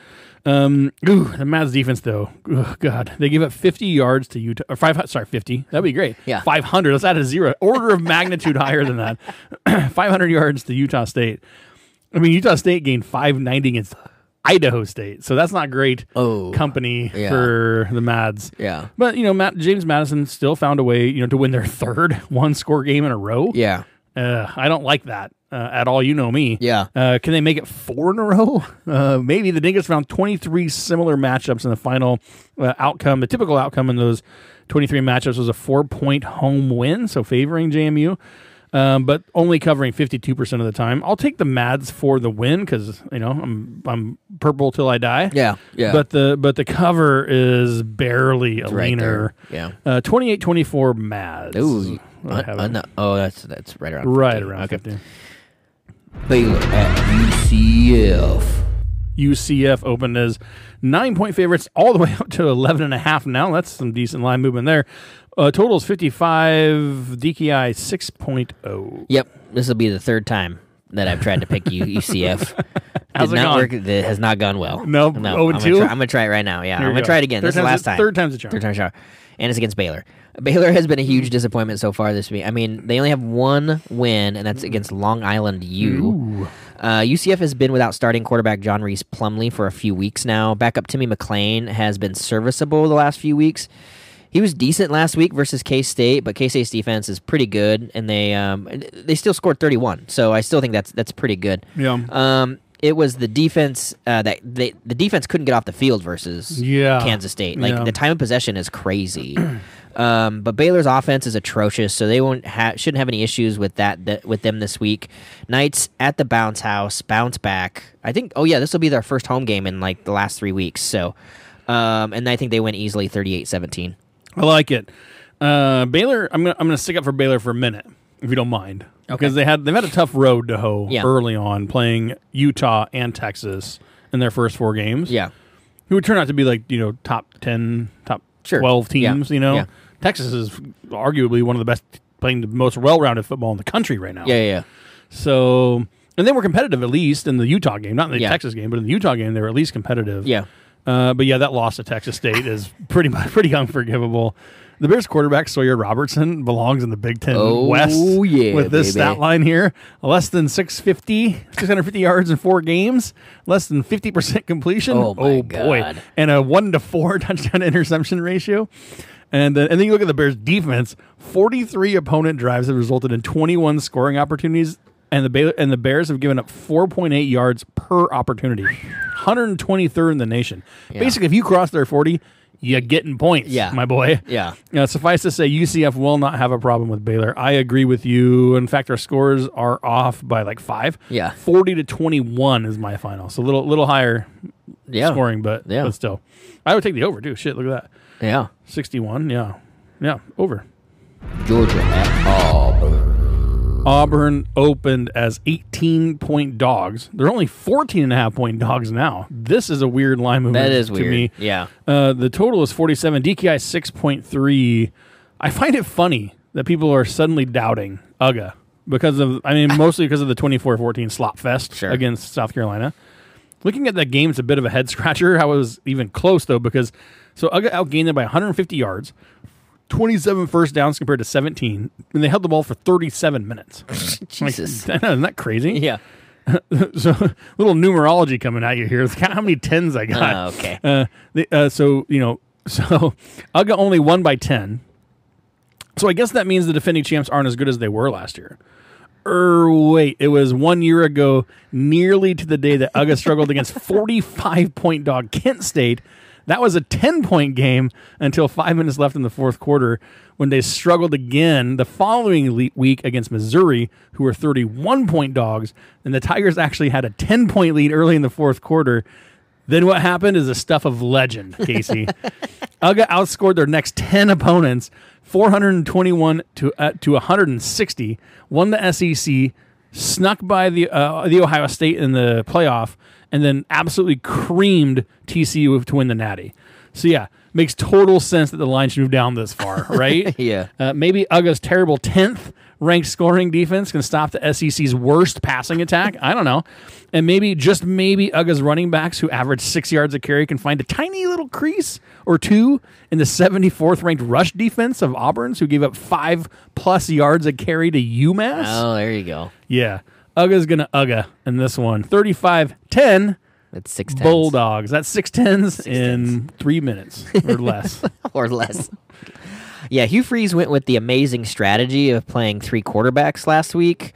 D: Um, ooh, the Mads defense, though, Ugh, God, they gave up 50 yards to Utah. Or five, sorry, 50. That'd be great.
C: Yeah.
D: 500. Let's add a zero. Order of magnitude (laughs) higher than that. (clears throat) 500 yards to Utah State. I mean, Utah State gained 590 against Idaho State, so that's not great
C: Oh,
D: company
C: yeah.
D: for the Mads.
C: Yeah.
D: but you know, Matt, James Madison still found a way, you know, to win their third (laughs) one-score game in a row.
C: Yeah.
D: Uh, I don't like that uh, at all. You know me.
C: Yeah.
D: Uh, can they make it four in a row? (laughs) Uh, maybe the Dingus found 23 similar matchups in the final uh, outcome. The typical outcome in those 23 matchups was a four point home win, so favoring JMU, um, but only covering 52% of the time. I'll take the Mads for the win because, you know, I'm, I'm purple till I die.
C: Yeah, yeah.
D: But the, but the cover is barely a
C: right
D: leaner.
C: there,
D: Uh, 28 24 Mads.
C: Ooh.
D: I
C: uh,
D: have
C: uh,
D: it.
C: no- oh, that's that's right around.
D: Right
C: 50.
D: around
C: Okay.
D: 50.
I: Baylor at UCF.
D: UCF opened as nine point favorites all the way (laughs) up to 11 and a half now. That's some decent line movement there. Uh, totals 55, DKI 6.0.
C: Yep. This will be the third time that I've tried to pick
D: (laughs)
C: U- UCF.
D: How's it
C: Did not
D: gone?
C: work. It has not gone well.
D: Nope. Oh,
C: I'm,
D: and
C: gonna
D: two?
C: try, I'm gonna try it right now. Yeah,
D: Here
C: I'm gonna
D: we go.
C: try it again.
D: Third
C: this is the
D: time's
C: last
D: a-
C: time.
D: third time's a charm.
C: Third time's a charm. And it's against Baylor. Baylor has been a huge disappointment so far this week. I mean, they only have one win, and that's against Long Island U. Uh, UCF has been without starting quarterback John Reese Plumley for a few weeks now. Backup Timmy McLean has been serviceable the last few weeks. He was decent last week versus K State, but K State's defense is pretty good, and they um, they still scored 31. So I still think that's that's pretty good.
D: Yeah.
C: Um, it was the defense uh, that they, the defense couldn't get off the field versus
D: Yeah.
C: Kansas State. Like
D: Yeah.
C: the time of possession is crazy. (clears throat) um, but Baylor's offense is atrocious, so they won't ha- shouldn't have any issues with that th- with them this week. Knights at the bounce house, bounce back. I think. Oh yeah, this will be their first home game in like the last three weeks. So, um, and I think they win easily, 38-17.
D: I like it. Uh, Baylor, I'm gonna I'm gonna stick up for Baylor for a minute, if you don't mind, because they had they've had a tough road to hoe
C: Yeah.
D: early on, playing Utah and Texas in their first four games.
C: Yeah.
D: who would turn out to be like you know top ten, top
C: Sure.
D: twelve teams.
C: Yeah.
D: You know,
C: Yeah.
D: Texas is arguably one of the best playing the most well-rounded football in the country right now.
C: Yeah, yeah, yeah.
D: So, and they were competitive at least in the Utah game, not in the
C: Yeah.
D: Texas game, but in the Utah game they were at least competitive.
C: Yeah.
D: Uh, but yeah, that loss to Texas State is (laughs) pretty much pretty unforgivable. The Bears quarterback Sawyer Robertson belongs in the Big Ten
C: Oh,
D: West
C: yeah,
D: with this
C: baby.
D: stat line here. Less than 650, 650 yards in four games, less than 50% completion.
C: Oh, my
D: boy.
C: God.
D: And a 1 to 4 (laughs) touchdown to interception ratio. And then, and then you look at the Bears defense, 43 opponent drives have resulted in 21 scoring opportunities and the Baylor, and the Bears have given up 4.8 yards per opportunity. 123rd in the nation. Basically, if you cross their 40, you're getting points,
C: Yeah.
D: my boy.
C: Yeah.
D: Uh, suffice to say, UCF will not have a problem with Baylor. I agree with you. In fact, our scores are off by like five.
C: Yeah.
D: 40 to 21 is my final. So a little, little higher
C: Yeah.
D: scoring, but,
C: Yeah.
D: but still. I would take the over, too. Shit, look at that.
C: Yeah.
D: 61, yeah. Yeah, over.
I: Georgia at Auburn.
D: Auburn opened as 18 point dogs. They're only 14 and a half point dogs now. This is a weird line movement
C: That is
D: to
C: weird.
D: me.
C: Yeah.
D: Uh, the total is 47, DKI 6.3. I find it funny that people are suddenly doubting UGA because of, I mean, mostly because of the 24 14 slop fest
C: Sure.
D: against South Carolina. Looking at that game, it's a bit of a head (laughs) scratcher. How it was even close, though, because so UGA outgained them by 150 yards. 27 first downs compared to 17, and they held the ball for 37 minutes.
C: (laughs)
D: Like,
C: Jesus.
D: (laughs) I know, isn't that crazy?
C: (laughs) Yeah.
D: (laughs) So, little numerology coming at you here. It's kind of how many tens I got.
C: Oh, okay.
D: Uh, the, uh, so you know, (laughs) so UGA only won by ten. So I guess that means the defending champs aren't as good as they were last year. Er, wait, it was one year ago, nearly to the day that UGA struggled against forty-five point dog Kent State. That was a ten-point game until five minutes left in the fourth quarter, when they struggled again the following le- week against Missouri, who were thirty-one-point dogs, and the Tigers actually had a ten-point lead early in the fourth quarter. Then what happened is the stuff of legend, Casey. UGA outscored their next 10 opponents 421 to uh, to 160, E won the SEC, snuck by the uh, the Ohio State in the playoff, and then absolutely creamed TCU to win the Natty. So yeah, makes total sense that the line should move down this far, right?
I: Yeah.
D: Uh, maybe Uga's terrible tenth ranked scoring defense can stop the SEC's worst passing attack. I don't know, and maybe just maybe Uga's running backs who average six yards a carry can find a tiny little crease or two in the 74th ranked rush defense of Auburn's who gave up five plus yards a carry to UMass.
C: Oh, there you go.
D: Yeah. Uga's going to Uga in this one. 35 10
C: That's six tens.
D: Bulldogs. That's six tens in three minutes or less.
C: (laughs) or less. yeah, Hugh Freeze went with the amazing strategy of playing three quarterbacks last week,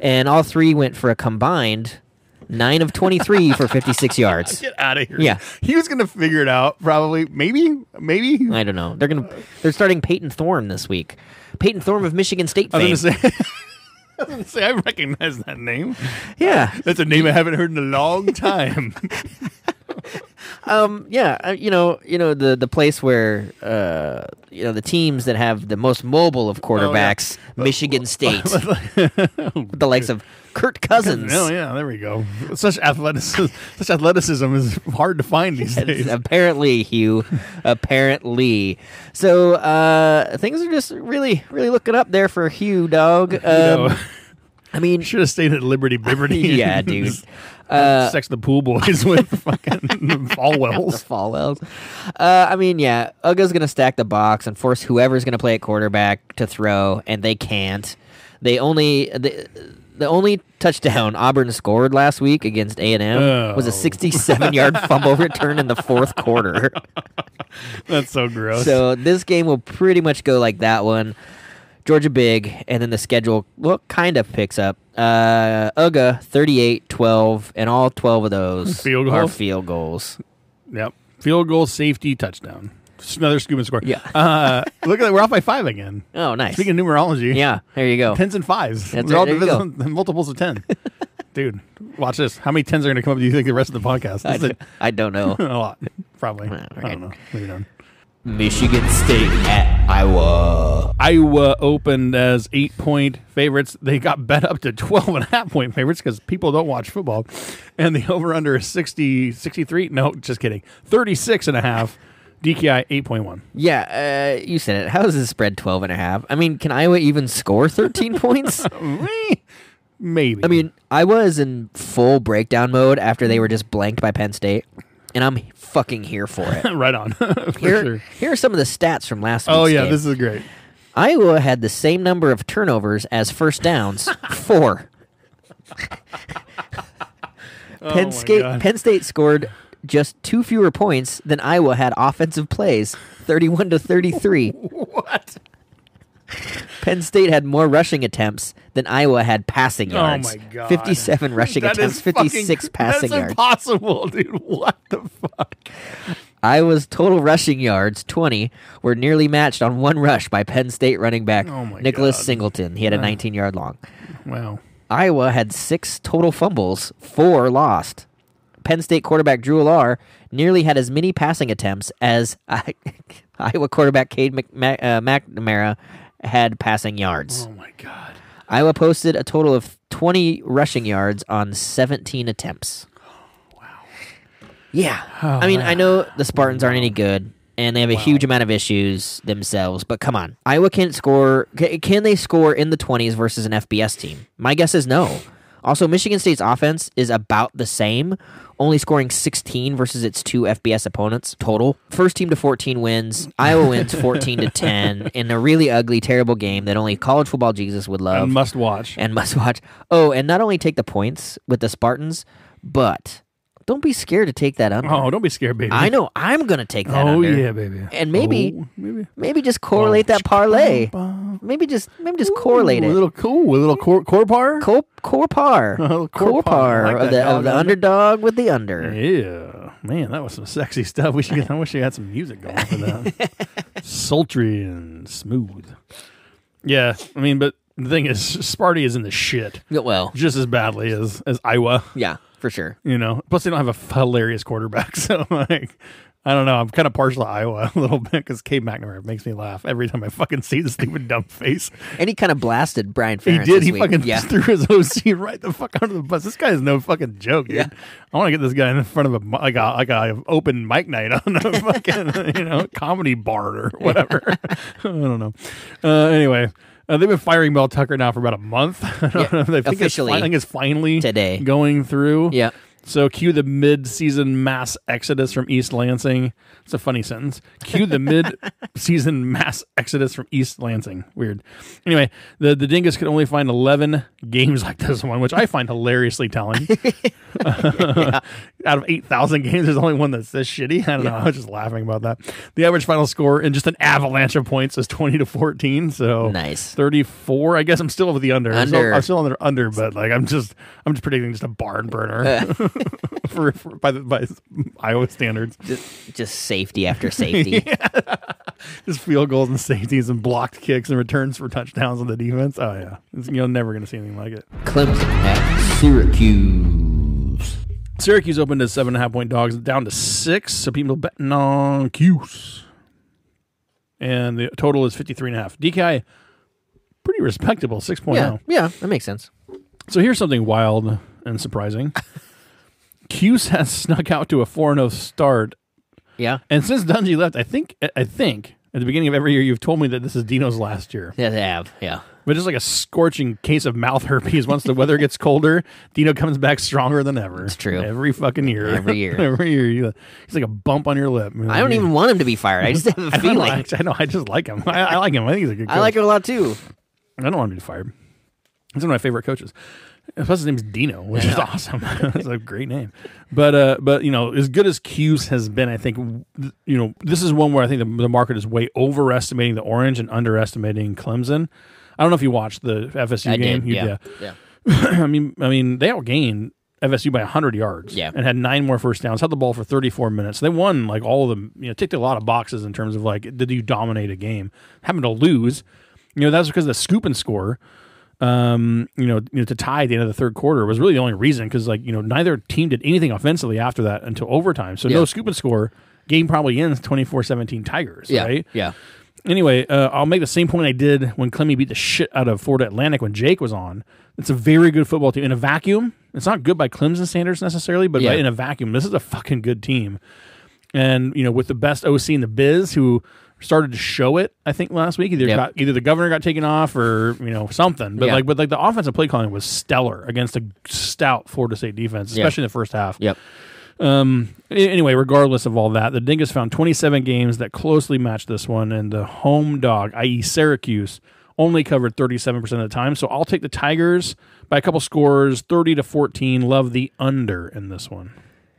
C: and all three went for a combined nine of twenty-three
D: (laughs)
C: for fifty-six yards.
D: Get out of here.
C: Yeah.
J: He was gonna figure it out, probably. Maybe, maybe.
C: I don't know. They're gonna they're starting Peyton Thorne this week. Peyton Thorne of Michigan State
D: I
C: fame.
D: was going to say. (laughs) I was gonna say I recognize that name.
C: yeah,
J: That's a name I haven't heard in a long
C: (laughs)
J: time.
C: um, yeah, uh, you know, you know the the place where uh, you know the teams that have the most mobile
D: Oh,
C: of quarterbacks, Michigan
D: (laughs)
C: State, With the likes of Kurt Cousins.
D: Oh oh, (laughs) yeah, there we go. Such athleticism, such athleticism is hard to find these days.
C: (laughs) apparently, Hugh. apparently. So uh, things are just really, really looking up there for Hugh, dog. Um,
D: (laughs) know.
C: I
D: (laughs)
C: mean,
D: Should have stayed at Liberty
C: (laughs)
D: Bibberty. (laughs)
C: yeah,
D: and
C: dude. Uh,
D: sex the pool boys (laughs) with
C: (laughs)
D: fucking
C: the
D: Falwells.
C: Falwells. Uh, I mean, yeah, Uga's going to stack the box and force whoever's going to play at quarterback to throw, and they can't. They only the, the only touchdown Auburn scored last week against A and M was a 67-yard fumble return in the fourth quarter.
D: That's so (laughs) gross.
C: So this game will pretty much go like that one. Georgia big, and then the schedule well, kind of picks up. Uh, Uga 38, 12, and all 12 of those
D: (laughs) Field
C: are
D: goals?
C: field goals.
D: Yep. Field goal, safety, touchdown. Just another scoop and score.
C: Yeah.
D: Uh, look at that. We're off by five again.
C: Oh, nice.
D: Speaking of numerology.
C: yeah, there you go.
D: Tens and fives.
C: That's
D: They're
C: right,
D: all
C: there you
D: divisible- (laughs) multiples of ten. Dude, watch this. How many tens are going to come up? Do you think the rest of the podcast?
C: I,
D: This
C: d-
D: is
C: I don't
D: (laughs)
C: know.
D: a, a lot, probably. I
C: right.
D: don't know. Maybe not.
I: Michigan State at Iowa.
D: Iowa opened as eight point favorites. They got bet up to 12 and a half point favorites because people don't watch football. And the over under is 60, 63. No, just kidding. 36 and a half. DKI 8.1.
C: yeah, uh, you said it. How is this spread 12 and a half? I mean, can Iowa even score 13 (laughs) points?
D: Eh, Maybe.
C: I mean, Iowa is in full breakdown mode after they were just blanked by Penn State, and I'm fucking here for it.
D: (laughs) right on. (laughs) For
C: Here,
D: sure.
C: here are some of the stats from last week's
D: Oh, yeah.
C: game.
D: This is great.
C: Iowa had the same number of turnovers as first
D: (laughs)
C: downs, four. Penn, State,
D: Oh, God.
C: Penn State scored just two fewer points than Iowa had offensive plays, 31 to
D: (laughs)
C: 33. what? Penn State had more rushing attempts than Iowa had passing
D: Oh
C: yards.
D: my God.
C: 57 rushing
D: That
C: attempts,
D: is fucking- (laughs)
C: 56 passing
D: That's
C: yards.
D: impossible, dude. (laughs) What the fuck?
C: Iowa's total rushing yards, 20, were nearly matched on one rush by Penn State running back
D: Oh my
C: Nicholas
D: God.
C: Singleton. He had a 19 yard long.
D: Wow.
C: Iowa had six total fumbles, four lost. Penn State quarterback Drew Lar nearly had as many passing attempts as (laughs) I- Iowa quarterback Cade Mc- Ma- uh, McNamara had passing yards.
D: Oh my god.
C: Iowa posted a total of 20 rushing yards on 17 attempts. Wow. Yeah. I mean, I know the Spartans aren't any good and they have a huge amount of issues themselves, but come on. Iowa can't score. ca- Can they score in the 20s versus an FBS team? My guess is no. Also, Michigan State's offense is about the same, only scoring 16 versus its two FBS opponents total. First team to 14 wins. Iowa wins 14 to 10 in a really ugly, terrible game that only college football Jesus would love
D: And must watch.
C: and (laughs) must watch. Oh, and not only take the points with the Spartans, but don't be scared to take that under.
D: Oh, don't be scared, baby.
C: I know I'm gonna take that
D: (laughs) Oh
C: under.
D: yeah, baby.
C: And maybe-
D: Oh, maybe
C: Maybe just correlate that parlay. Maybe just maybe just correlate
D: Ooh,
C: it.
D: A little cool, a little cor- core par.
C: Cor- core par,
D: (laughs) little core
C: core
D: par. I
C: par
D: like
C: of
D: that
C: the,
D: dog
C: of the
D: under.
C: underdog with the under.
D: yeah, man, that was some sexy stuff. We should get, I wish we had some music going for that.
C: (laughs)
D: Sultry and smooth. Yeah, I mean, but the thing is, Sparty is in the shit
C: Yeah, Well,
D: just as badly as as Iowa.
C: yeah, for sure.
D: You know, plus they don't have a hilarious quarterback. (laughs) So like, I don't know. I'm kind of partial to Iowa (laughs) a little bit because Cade McNamara makes me laugh every time I fucking see the stupid dumb face.
C: And he kind of blasted Brian
D: He
C: Ferentz
D: did.
C: this
D: He
C: week.
D: fucking
C: Yeah.
D: (laughs) threw his OC right the fuck under the bus. This guy is no fucking joke, dude.
C: Yeah.
D: I want to get this guy in front of a mi- like a like a open mic night on a (laughs) fucking you know comedy bar or whatever. (laughs) I don't know. Uh, anyway. Uh, they've been firing Mel Tucker now for about a month. (laughs) I don't know. They think it's
C: officially
D: fi- I think it's finally
C: today.
D: going through.
C: Yeah.
D: So cue the mid-season mass exodus from East Lansing. It's a funny sentence. Cue the mid-season (laughs) mass exodus from East Lansing. Weird. Anyway, the the Dingus could only find eleven games like this one, which I find
C: (laughs)
D: hilariously telling. (laughs) Out of eight thousand games, there's only one that's this shitty. I don't know. I was just laughing about that. The average final score in just an avalanche of points is twenty to fourteen. So
C: Nice.
D: thirty-four. I guess I'm still with the under. I'm still-
C: Under.
D: I'm still on the under, but like I'm just I'm just predicting just a barn burner (laughs) for, for by the by Iowa standards.
C: (laughs) Just, just safety
D: (laughs)
C: after safety.
D: Just field goals and safeties and blocked kicks and returns for touchdowns on the defense. Oh yeah, It's- you're never gonna see anything like it.
I: Clemson at Syracuse.
D: Syracuse opened as seven and a half point dogs, down to six. So people betting on Cuse. And the total is 53 and a half. DKI, pretty respectable, 6.0.
C: yeah, yeah, that makes sense.
D: So here's something wild and surprising. (laughs) Cuse has snuck out to a 4 0 start.
C: Yeah.
D: And since Dungy left, I think, I think at the beginning of every year, you've told me that this is Dino's last year.
C: Yeah, they have. Yeah.
D: But just like a scorching case of mouth herpes, once the weather gets colder, Dino comes back stronger than ever. It's
C: true.
D: Every fucking year.
C: Every year.
D: (laughs) every year. You, he's like a bump on your lip.
C: I don't even want him to be fired. I just have a
D: (laughs) I don't know,
C: feeling.
D: actually, I know. I just like him. I, I like him. I think he's a good coach.
C: I like it a lot too.
D: I don't want him to be fired. He's one of my favorite coaches. Plus, his
C: (laughs)
D: name's Dino, which is awesome. (laughs) It's a great name. But uh, but you know, as good as Q's has been, I think th- you know this is one where I think the, the market is way overestimating the orange and underestimating Clemson. I don't know if you watched the FSU
C: I
D: game.
C: did.
D: You-
C: yeah. Yeah.
D: (clears throat) I mean, I mean, they outgained FSU by 100 yards.
C: Yeah.
D: And had nine more first downs. Had the ball for 34 minutes. They won like all of them. You know, ticked a lot of boxes in terms of like, did you dominate a game? Happened to lose. You know, that's because the scoop and score. Um, you know, you know, to tie at the end of the third quarter was really the only reason because like you know neither team did anything offensively after that until overtime. So
C: Yeah.
D: no scoop and score. Game probably ends 24-17 Tigers.
C: Yeah.
D: Right.
C: Yeah.
D: Anyway, uh, I'll make the same point I did when Clemmy beat the shit out of Florida Atlantic when Jake was on. It's a very good football team in a vacuum. It's not good by Clemson standards necessarily, but
C: Yeah.
D: by- in a vacuum, this is a fucking good team. And you know, with the best OC in the biz, who started to show it, I think last week either
C: Yep.
D: got, either the governor got taken off or you know something, but
C: Yeah.
D: like but like the offensive play calling was stellar against a stout Florida State defense,
C: Yeah.
D: especially in the first half.
C: Yep.
D: Um. a- Anyway, regardless of all that, the Dingus found 27 games that closely matched this one, and the home dog, i.e., Syracuse, only covered 37 percent of the time. So I'll take the Tigers by a couple scores, 30 to 14. Love the under in this one.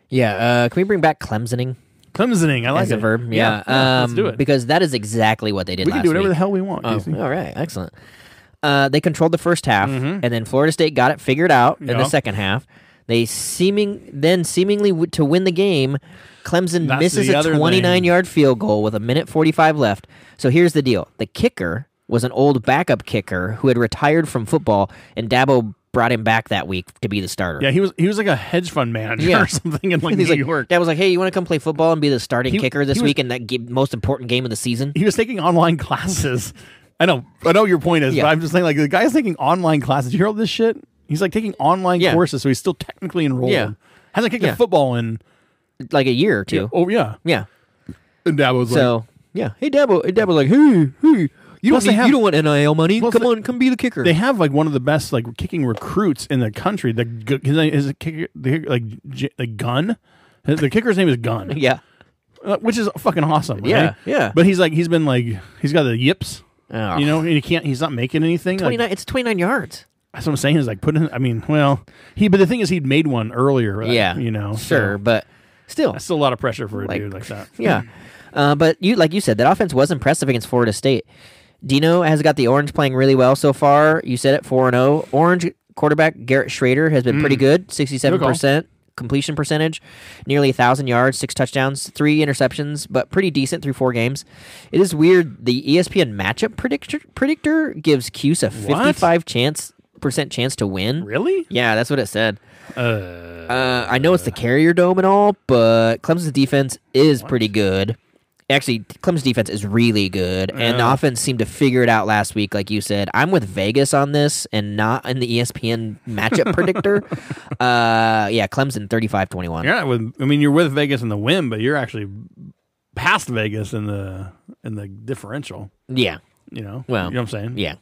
C: Yeah. Uh, can we bring back Clemsoning
D: Clemsoning, I like
C: as a
D: it.
C: verb? Yeah. um,
D: let's do it.
C: Because that is exactly what they did
D: we
C: last
D: can do whatever
C: week.
D: the hell we want.
C: Oh,
D: Casey.
C: all right, excellent. Uh, they controlled the first half, and then Florida State got it figured out in
D: Yeah.
C: the second half. They seeming then seemingly w- to win the game, Clemson
D: That's
C: misses
D: the
C: a
D: other
C: 29
D: thing.
C: yard field goal with a minute 45 left. So here's the deal: the kicker was an old backup kicker who had retired from football, and Dabo brought him back that week to be the starter.
D: Yeah, he was he was like a hedge fund manager
C: Yeah.
D: (laughs) or something in like New
C: He's like,
D: York.
C: Dad was like, "Hey, you want to come play football and be the starting
D: He-
C: kicker this
D: he was-
C: week in that g- most important game of the season?"
D: he was taking online (laughs) classes. I know, I know your point is,
C: Yeah.
D: but I'm just saying, like, the guy's taking online classes. You hear all this shit? He's like taking online
C: Yeah.
D: courses, so he's still technically enrolled.
C: Yeah.
D: Hasn't kicked
C: Yeah.
D: a football in.
C: Like a year or two.
D: Oh yeah,
C: yeah.
D: and that was
C: So yeah, hey Dabo, hey, Dabo's like, hey, hey, you don't
D: Plus they
C: need,
D: have-
C: you don't want nil money.
D: plus
C: Come
D: they-
C: on, come be the kicker.
D: they have like one of the best like kicking recruits in the country. The gu- his name is kicker, the, like J- like Gun. The kicker's name is
C: (laughs)
D: Gun,
C: yeah,
D: uh, which is fucking awesome. right?
C: Yeah, yeah.
D: But he's like he's been like he's got the yips,
C: Oh.
D: you know, and he can't. He's not making anything.
C: twenty
D: Like,
C: nine. It's twenty nine yards.
D: That's what I'm saying. Is like put in. I mean, well, he. But the thing is, he'd made one earlier. uh,
C: yeah,
D: you know, so
C: sure, but still,
D: that's still a lot of pressure for a
C: Like-
D: dude like that.
C: (laughs) yeah. Uh, but you, like you said, that offense was impressive against Florida State. Dino has got the Orange playing really well so far. You said it, four and zero. Orange quarterback Garrett Schrader has been
D: Mm.
C: pretty good, sixty seven percent completion percentage, nearly a thousand yards, six touchdowns, three interceptions, but pretty decent through four games. It E is weird. The ESPN matchup predictor predictor gives Cuse a fifty five chance percent chance to win.
D: Really?
C: Yeah, that's what it said. Uh, I know it's the Carrier Dome and all, but Clemson's defense is pretty good. Actually, Clemson's defense is really good, and the
D: Yeah.
C: offense seemed to figure it out last week, like you said. I'm with Vegas on this, and not in the E ESPN matchup predictor. Uh, yeah, Clemson 35-21.
D: You're not with. I mean, you're with Vegas in the win, but you're actually past Vegas in the in the differential.
C: Yeah.
D: You know.
C: Well,
D: you know what I'm saying.
C: yeah.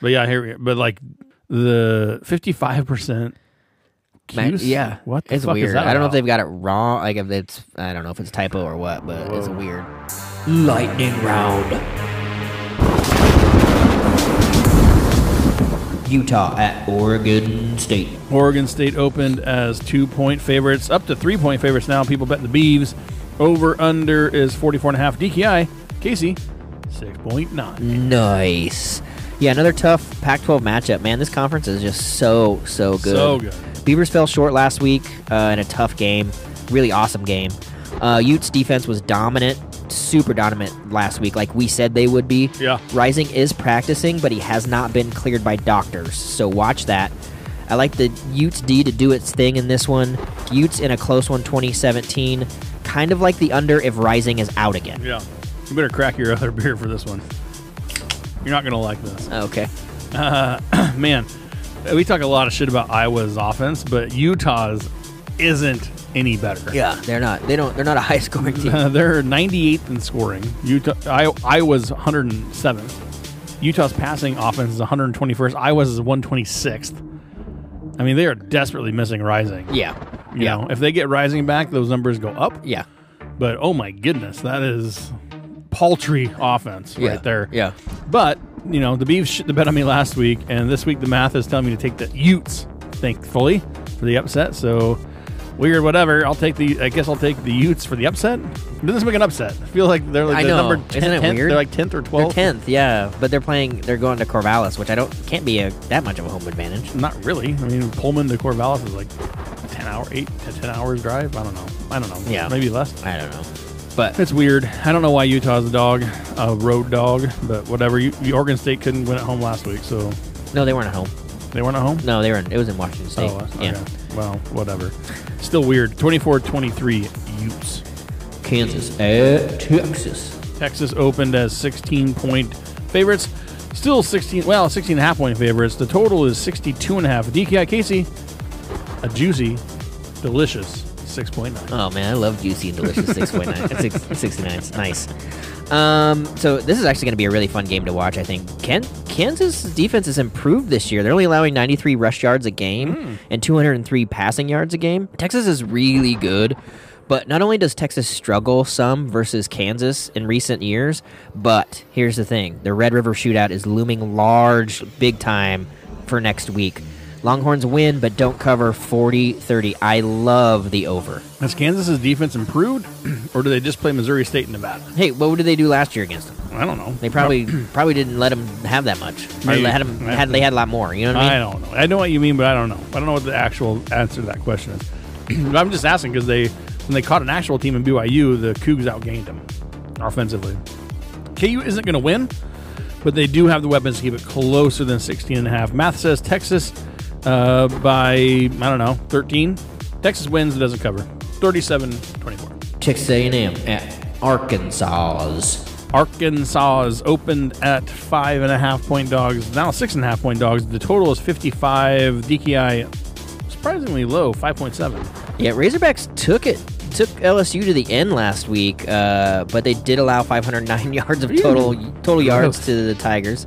D: But yeah, here. But like the 55 percent.
C: Ma- yeah,
D: What? The
C: it's
D: fuck
C: weird.
D: Is that
C: I don't know if
D: about?
C: they've got it wrong. Like if it's, I don't know if it's typo or what, but it's weird.
I: Lightning round. Utah at Oregon State.
D: Oregon State opened as two point favorites, up to three point favorites now. People bet the Beeves. Over under is 44 and a half. DKI, Casey, 6.9.
C: Mm. Nice. Yeah, another tough Pac-12 matchup. Man, this conference is just so so good.
D: So good.
C: Beavers fell short last week uh, in a tough game. Really awesome game. Uh, Utes defense was dominant, super dominant last week, like we said they would be.
D: Yeah.
C: Rising is practicing, but he has not been cleared by doctors, so watch that. I like the Utes D to do its thing in this one. Utes in a close one, 2017. Kind of like the under if Rising is out again.
D: Yeah. You better crack your other beer for this one. You're not going to like this. (sighs)
C: Okay.
D: Uh, man, we talk a lot of shit about Iowa's offense, but Utah's isn't any better.
C: Yeah, they're not. They don't. They're not a (laughs) high scoring team.
D: (laughs) they're 98th in scoring. Utah, I, Iowa's 107th. Utah's passing offense is 121st. Iowa's is 126th. I mean, they are desperately missing Rising.
C: Yeah.
D: You know, if they get Rising back, those numbers go up.
C: Yeah.
D: But oh my goodness, that is paltry offense
C: Yeah,
D: right there.
C: yeah.
D: But, you know, the Beavs shit the bet on me last week, and this week the math is telling me to take the Utes, thankfully, for the upset. So weird, whatever. I'll take the, I guess I'll take the Utes for the upset. Doesn't this make an upset? I feel like they're like
C: I
D: the
C: know.
D: number 10,
C: Isn't it
D: 10th
C: weird?
D: They're like 10th or 12th.
C: They're 10th, yeah. But they're playing, they're going to Corvallis, which I don't, can't be a, that much of a home advantage.
D: Not really. I mean, Pullman to Corvallis is like 10 hour, 8 to 10 hours drive. I don't know. I don't know.
C: Yeah.
D: Maybe less.
C: I don't know. But
D: (laughs) it's weird. I don't know why Utah's a dog, a road dog, but whatever. You, you- Oregon State couldn't win at home last week, so
C: No, they weren't at home.
D: They weren't at home?
C: No, they were in, it was in Washington State.
D: Oh, okay.
C: Yeah.
D: Well, whatever. Still weird. 24 23 Utes.
I: Kansas at Texas.
D: Texas opened as 16 point favorites. Still 16, well, 16 and a half point favorites. The total is 62 and a half. DKI Casey, a juicy, delicious 6.9.
C: Oh, man, I love juicy and delicious 6.9. six- 69. It's nice. Um, so this is actually going to be a really fun game to watch, I think. Ken, Kansas' defense has improved this year. They're only allowing 93 rush yards a game and 203 passing yards a game. Texas is really good. But not only does Texas struggle some versus Kansas in recent years, but here's the thing the Red River shootout is looming large, big time for next week. Longhorns win, but don't cover 40 30. I love the over.
D: Has Kansas's defense improved, (clears throat) or do they just play Missouri State and Nevada?
C: Hey, what did they do last year against them?
D: I don't know.
C: They probably (clears throat) probably didn't let them have that much. Or
D: Maybe.
C: let 'em- had, they had a lot more. You know what I mean?
D: I don't know. I know what you mean, but I don't know. I don't know what the actual answer to that question is. (clears throat) But I'm just asking because they, when they caught an actual team in BYU, the Cougs outgained them offensively. KU isn't going to win, but they do have the weapons to keep it closer than 16 and a half. Math says Texas uh, by, I don't know, 13. Texas wins, it doesn't cover. 37 24.
I: Texas A&M at Arkansas.
D: Arkansas is opened at five and a half point dogs, now six and a half point dogs. The total is 55. DKI, surprisingly low, 5.7.
C: Yeah, Razorbacks took it took LSU to the end last week, uh, but they did allow 509 (laughs) yards of total total yards to the Tigers.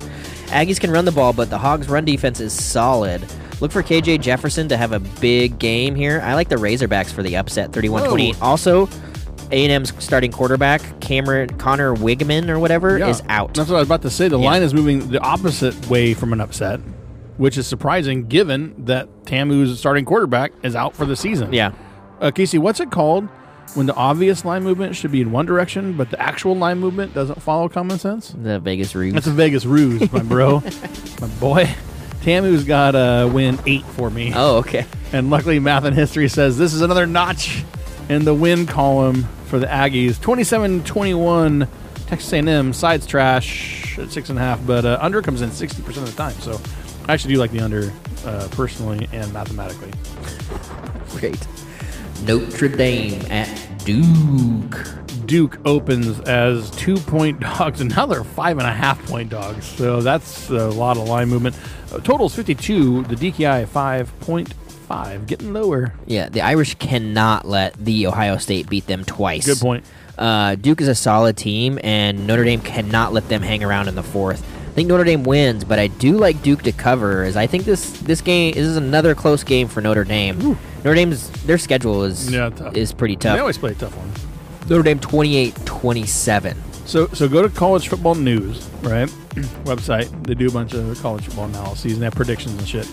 C: Aggies can run the ball, but the Hogs' run defense is solid. Look for KJ Jefferson to have a big game here. I like the Razorbacks for the upset, 31-28.
I: Whoa.
C: Also, A&M's starting quarterback Cameron Connor Wigman or whatever
D: Yeah.
C: is out.
D: That's what I was about to say. The line is moving the opposite way from an upset, which is surprising given that Tamu's starting quarterback is out for the season.
C: Yeah.
D: Uh, Casey, what's it called when the obvious line movement should be in one direction, but the actual line movement doesn't follow common sense?
C: The Vegas Ruse.
D: That's a Vegas ruse, my bro, my boy. Tamu's got a win eight for me.
C: Oh, okay.
D: And luckily, math and history says this is another notch in the win column for the Aggies. 27-21, Texas A&M sides trash at six and a half, but uh, under comes in sixty percent of the time. So I actually do like the under uh, personally and mathematically.
I: Great. Notre Dame at Duke.
D: Duke opens as two point (laughs) dogs, and now they're five and a half point dogs. So that's a lot of line movement. Uh, totals 52, the DKI 5.5, getting lower.
C: Yeah, the Irish cannot let the Ohio State beat them twice.
D: Good point.
C: Uh, Duke is a solid team, and Notre Dame cannot let them hang around in the fourth. I think Notre Dame wins, but I do like Duke to cover. As I think this this game this is another close game for Notre Dame. Notre Dame's their schedule is
D: Yeah, tough.
C: is pretty tough.
D: They always play a tough one.
C: Notre Dame 28-27.
D: So, so go to College Football News, right? (clears throat) Website. They do a bunch of college football analyses and they have predictions and shit.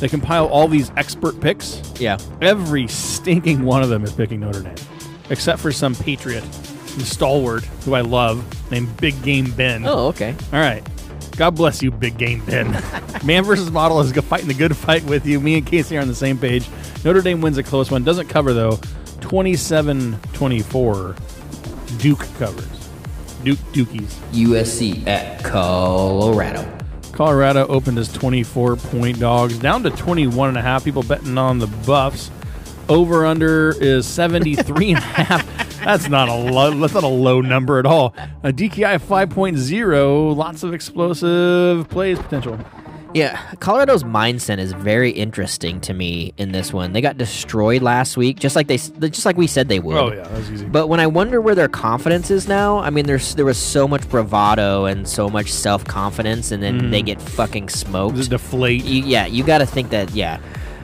D: They compile all these expert picks.
C: Yeah.
D: Every stinking one of them is picking Notre Dame, except for some patriot, some stalwart who I love named Big Game Ben.
C: Oh, okay.
D: All right. God bless you, Big Game Ben. Man versus Model is go- fighting the good fight with you. Me and Casey are on the same page. Notre Dame wins a close one. Doesn't cover, though. 27 24. Duke covers. Duke Dukies.
I: USC at Colorado.
D: Colorado opened as 24 point dogs, down to 21 and a half. People betting on the Buffs. Over under is 73 and a half. That's not a low, that's not a low number at all. A DKI 5.0, lots of explosive plays potential.
C: Yeah, Colorado's mindset is very interesting to me in this one. They got destroyed last week, just like they, s- just like we said they would.
D: Oh, yeah, that was easy.
C: But when I wonder where their confidence is now, I mean, there's there was so much bravado and so much self confidence, and then
D: Mhm.
C: they get fucking smoked.
D: Just deflate.
C: You, yeah, you got to think that. Yeah.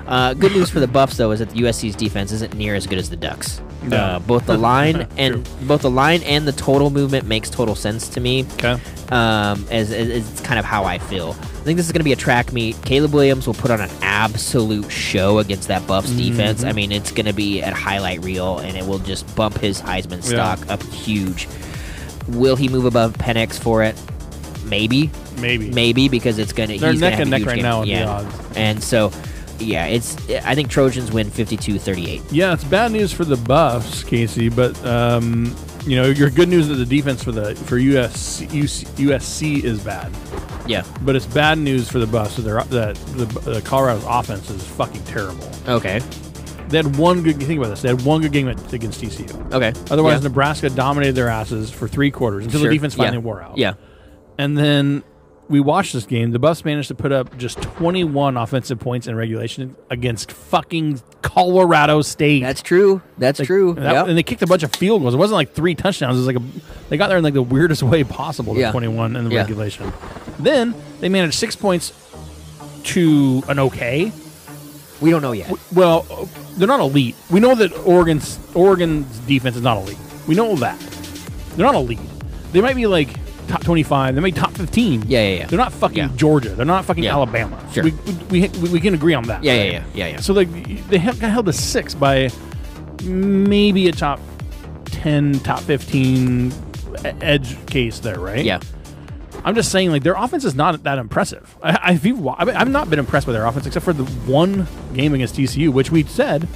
C: Uh, good news for the Buffs though is that the USC's defense isn't near as good as the Ducks.
D: No.
C: Uh, both
D: (laughs)
C: the line and both the line and the total movement makes total sense to me.
D: Okay.
C: Um, as, as, as it's kind of how I feel. I think this is going to be a track meet. Caleb Williams will put on an absolute show against that Buffs defense.
D: Mhm.
C: I mean, it's going to be at highlight reel, and it will just bump his Heisman
D: Yeah.
C: stock up huge. Will he move above Penix for it? Maybe.
D: Maybe.
C: Maybe because it's going to.
D: They're
C: he's
D: neck
C: gonna have
D: and
C: a
D: neck
C: huge
D: right
C: game.
D: now in the
C: yeah.
D: odds.
C: And so, yeah, it's. I think Trojans win 52-38.
D: Yeah, it's bad news for the Buffs, Casey. But um, you know, your good news is the defense for the for USC, USC is bad.
C: Yeah.
D: But it's bad news for the Buffs. So they're that the, the Colorado's offense is fucking terrible.
C: Okay.
D: They had one good. Think about this. They had one good game at- against TCU.
C: Okay.
D: Otherwise,
C: Yeah.
D: Nebraska dominated their asses for three quarters until
C: Sure.
D: the defense finally
C: Yeah.
D: wore out.
C: Yeah.
D: And then we watched this game. The Buffs managed to put up just 21 offensive points in regulation against fucking Colorado State. That's
C: true. That's
D: true.
C: Yep.
D: And they kicked a bunch of field goals. It wasn't like three touchdowns. It was like a, they got there in like the weirdest way possible. To
C: Yeah.
D: 21 in the
C: Yeah.
D: regulation. Then they managed six points to an okay.
C: We don't know yet.
D: Well, they're not elite. We know that Oregon's Oregon's defense is not elite. We know that. They're not elite. They might be like top 25. They may be top 15.
C: Yeah, yeah, yeah.
D: They're not fucking
C: Yeah.
D: Georgia. They're not fucking Alabama.
C: Sure.
D: We, we, we, we can agree on that.
C: Yeah, yeah,
D: right?
C: yeah, yeah, yeah.
D: So like they ha- got held to six by maybe a top 10, top 15 e- edge case there, right?
C: Yeah.
D: I'm just saying, like their offense is not that impressive. I, I, if you, wa- I mean, I've not been impressed by their offense except for the one game against TCU, which we said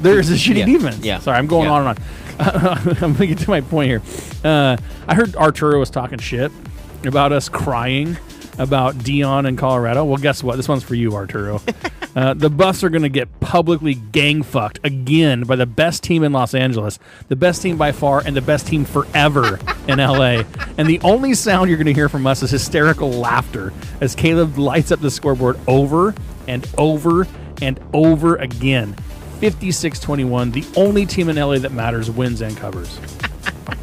D: there is a shitty
C: Yeah.
D: defense.
C: Yeah.
D: Sorry, I'm going
C: Yeah.
D: on and on. (laughs) I'm going to get to my point here. Uh, I heard Arturo was talking shit about us crying about Dion in Colorado. Well, guess what? This one's for
C: (laughs)
D: you, Arturo. uh, the Buffs are going to get publicly gang fucked again by the best team in Los Angeles, the best team by far, and the best
C: (laughs)
D: team forever in LA. And the only sound you're going to hear from us is hysterical laughter as Caleb lights up the scoreboard over and over and over again. 56 21. The only team in LA that matters wins and (laughs) covers.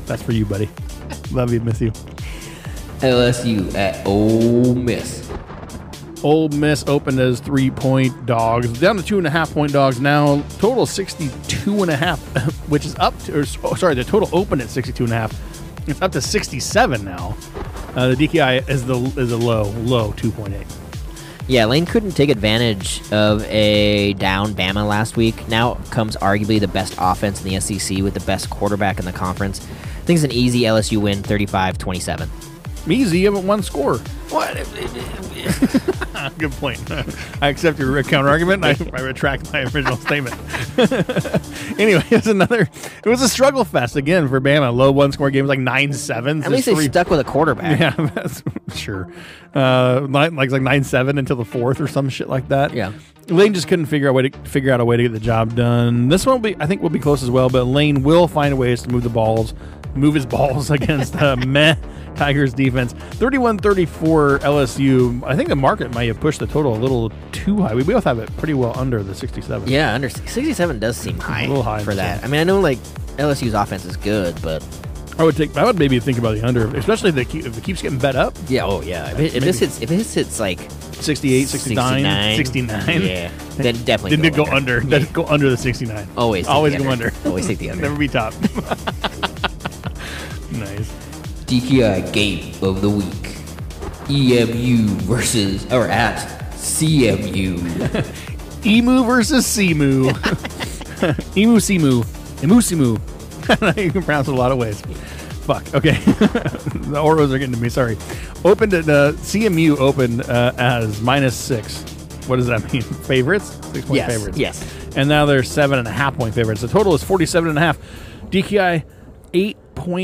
D: That's for you, buddy. Love you, miss you.
I: LSU at Ole Miss.
D: Ole Miss opened as three point dogs, down to two and a half point dogs now. Total 62 and a half, (laughs) which is up to, or, s- oh, sorry, the total opened at 62 and a half. It's up to 67 now. Uh, the DKI is the is a low, low 2.8.
C: Yeah, Lane couldn't take advantage of a down Bama last week. Now comes arguably the best offense in the SEC with the best quarterback in the conference. I think it's an easy LSU win, 35-27.
D: Measy, you haven't one score. What? (laughs) Good point. I accept your counter argument. I, I retract my original statement. (laughs) anyway, it was another. It was a struggle fest again for Bama. Low one score games like nine sevens.
C: At least they stuck with a quarterback. (laughs)
D: Yeah, (laughs) that's sure. Uh, nine, like like nine seven until the fourth or some shit like that.
C: Yeah.
D: Lane just couldn't figure out way to figure out a way to get the job done. This one will be, I think, will be close as well. But Lane will find ways to move the balls, move his balls (laughs)
C: (laughs)
D: against the meh Tigers defense. 31-34 LSU. I think the market might have pushed the total a little too high. We both have it pretty well under the sixty-seven.
C: Yeah, under sixty-seven does seem high,
D: little high
C: for that.
D: yeah.
C: I mean, I know like LSU's offense is good, but
D: I would take. I would maybe think about the under, especially if, they keep, if it keeps getting bet up.
C: yeah, oh yeah. If, it, if this
D: Maybe.
C: hits, if this hits like
D: 68, 69, 69.
C: yeah, then definitely
D: Didn't it
C: go
D: go under? Did it go under the 69?
C: Always take
D: Always
C: the
D: go
C: under.
D: under.
C: Always
D: (laughs)
C: take the under.
D: Never
C: (laughs)
D: be top. nice.
I: DQI game of the week.
C: E
I: EMU versus or at CMU.
D: Emu versus (laughs) Simu. Emu Simu. Emu Simu. (laughs) you can pronounce it a lot of ways. Fuck. Okay. (laughs) the Oros are getting to me. Sorry. Opened at uh, CMU opened uh, as minus six. What does that (laughs) mean? Favorites? Six point
C: Yes,
D: favorites.
C: yes.
D: And now they're seven and a half point favorites. The total is 47 and a half. DKI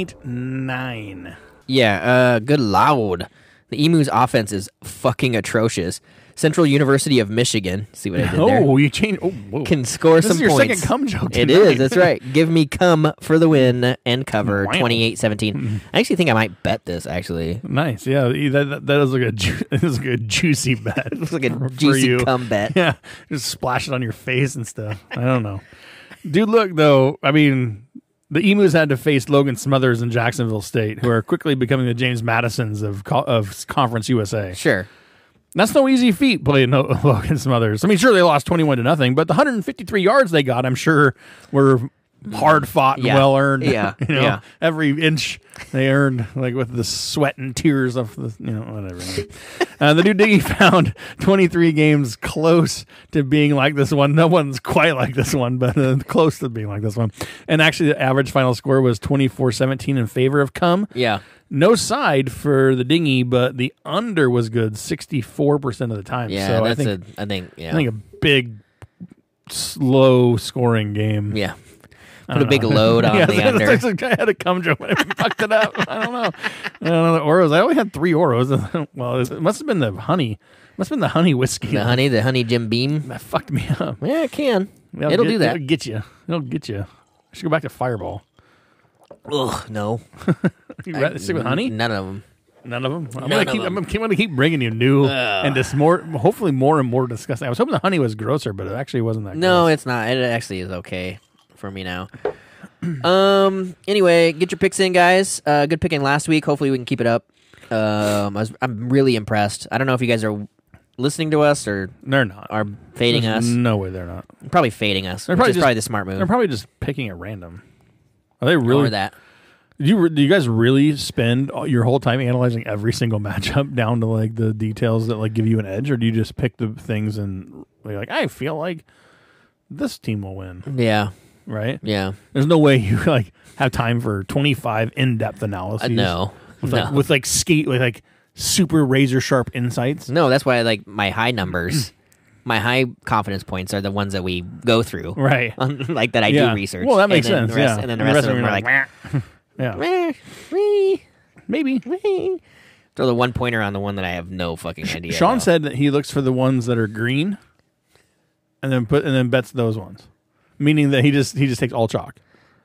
D: 8.9.
C: Yeah, uh, good loud. The Emu's offense is fucking atrocious. Central University of Michigan, see what I did there?
D: Oh, you changed. Oh, whoa.
C: Can score
D: This
C: some
D: is your
C: points.
D: second cum joke
C: It
D: tonight.
C: is, that's
D: (laughs)
C: right. Give me cum for the win and cover
D: Wow.
C: 28
D: (laughs)
C: 17. I actually think I might bet this, actually.
D: Nice, yeah. That, that, that is like a ju- (laughs) that is like a juicy bet. it's
C: like a juicy cum bet.
D: (laughs) Yeah, just splash it on your face and stuff. I don't know, dude. Look though, I mean, the Emus had to face Logan Smothers and Jacksonville State, who are quickly becoming the James Madisons of co- of Conference USA.
C: Sure.
D: That's no easy feat playing (laughs) Lo- Logan Smothers. I mean, sure they lost twenty one to nothing, but the hundred and fifty three yards they got, I'm sure, were hard fought and
C: Yeah.
D: well earned.
C: Yeah.
D: (laughs) you know,
C: Yeah.
D: every inch they earned, like with the sweat and tears of the, you know, whatever. (laughs) uh, the new Diggy found 23 games close to being like this one. No one's quite like this one, but uh, close to being like this one. And actually, the average final score was 24 17 in favor of Cum.
C: Yeah.
D: No side for the dinghy, but the under was good 64% of the time.
C: Yeah,
D: so I
C: that's
D: think,
C: a, I think, yeah.
D: I think a big, slow scoring
C: (laughs)
D: game.
C: yeah.
D: I
C: Put a
D: don't
C: big
D: know. (laughs)
C: load on
D: Yeah,
C: the
D: that's-
C: under.
D: that's- I had a cum joke when I fucked it up. I don't know. I don't know the Oros. I only had three Oros. (laughs) well, it must have been the honey. Must have been the honey whiskey.
C: The honey, the honey Jim Beam.
D: that fucked me up.
C: Yeah, it can.
D: That'll
C: it'll
D: get-
C: do that.
D: It'll get you. It'll get you. I should go back to Fireball. (laughs)
C: Ugh, no.
D: You rather stick with honey?
C: None of them.
D: None of them.
C: None
D: I'm gonna
C: of
D: keep.
C: them.
D: I'm gonna keep bringing you new and just more. Hopefully, more and more disgusting. I was hoping the honey was grosser, but it actually wasn't that.
C: No, it's not. It actually is okay for me now. (clears throat) um. Anyway, get your picks in, guys. Uh, good picking last week. Hopefully, we can keep it up. Um, I was, I'm really impressed. I don't know if you guys are listening to us or
D: gross. they're not.
C: are fading
D: There's
C: us.
D: No way, they're not.
C: probably fading us.
D: They're
C: which
D: probably
C: is
D: just-
C: probably the smart
D: They're
C: move.
D: probably just picking at random. Are they really
C: Or that.
D: Do you re- do you guys really spend all- your whole time analyzing every single (laughs) matchup down to like the details that like give you an edge, or do you just pick the things and like, like I feel like this team will win,
C: Yeah.
D: right?
C: Yeah.
D: There's no way you (laughs) like have time for 25 in depth analyses.
C: Uh, no.
D: with like,
C: No.
D: with like skate with like super razor sharp
C: (laughs)
D: insights.
C: No, that's why I like my high numbers. (clears throat) my high confidence points are the ones that we go through.
D: Right.
C: (laughs) like that I
D: Yeah.
C: do research.
D: Well, that
C: And
D: makes
C: then the
D: sense.
C: rest-
D: yeah.
C: And then the rest, of them
D: you're
C: are like,
D: yeah,
C: meh, meh.
D: maybe.
C: Throw the one pointer on the one that I have no fucking idea.
D: Sean
C: about.
D: said that he looks for the ones that are green, and then put and then bets those ones, meaning that he just he just takes all chalk.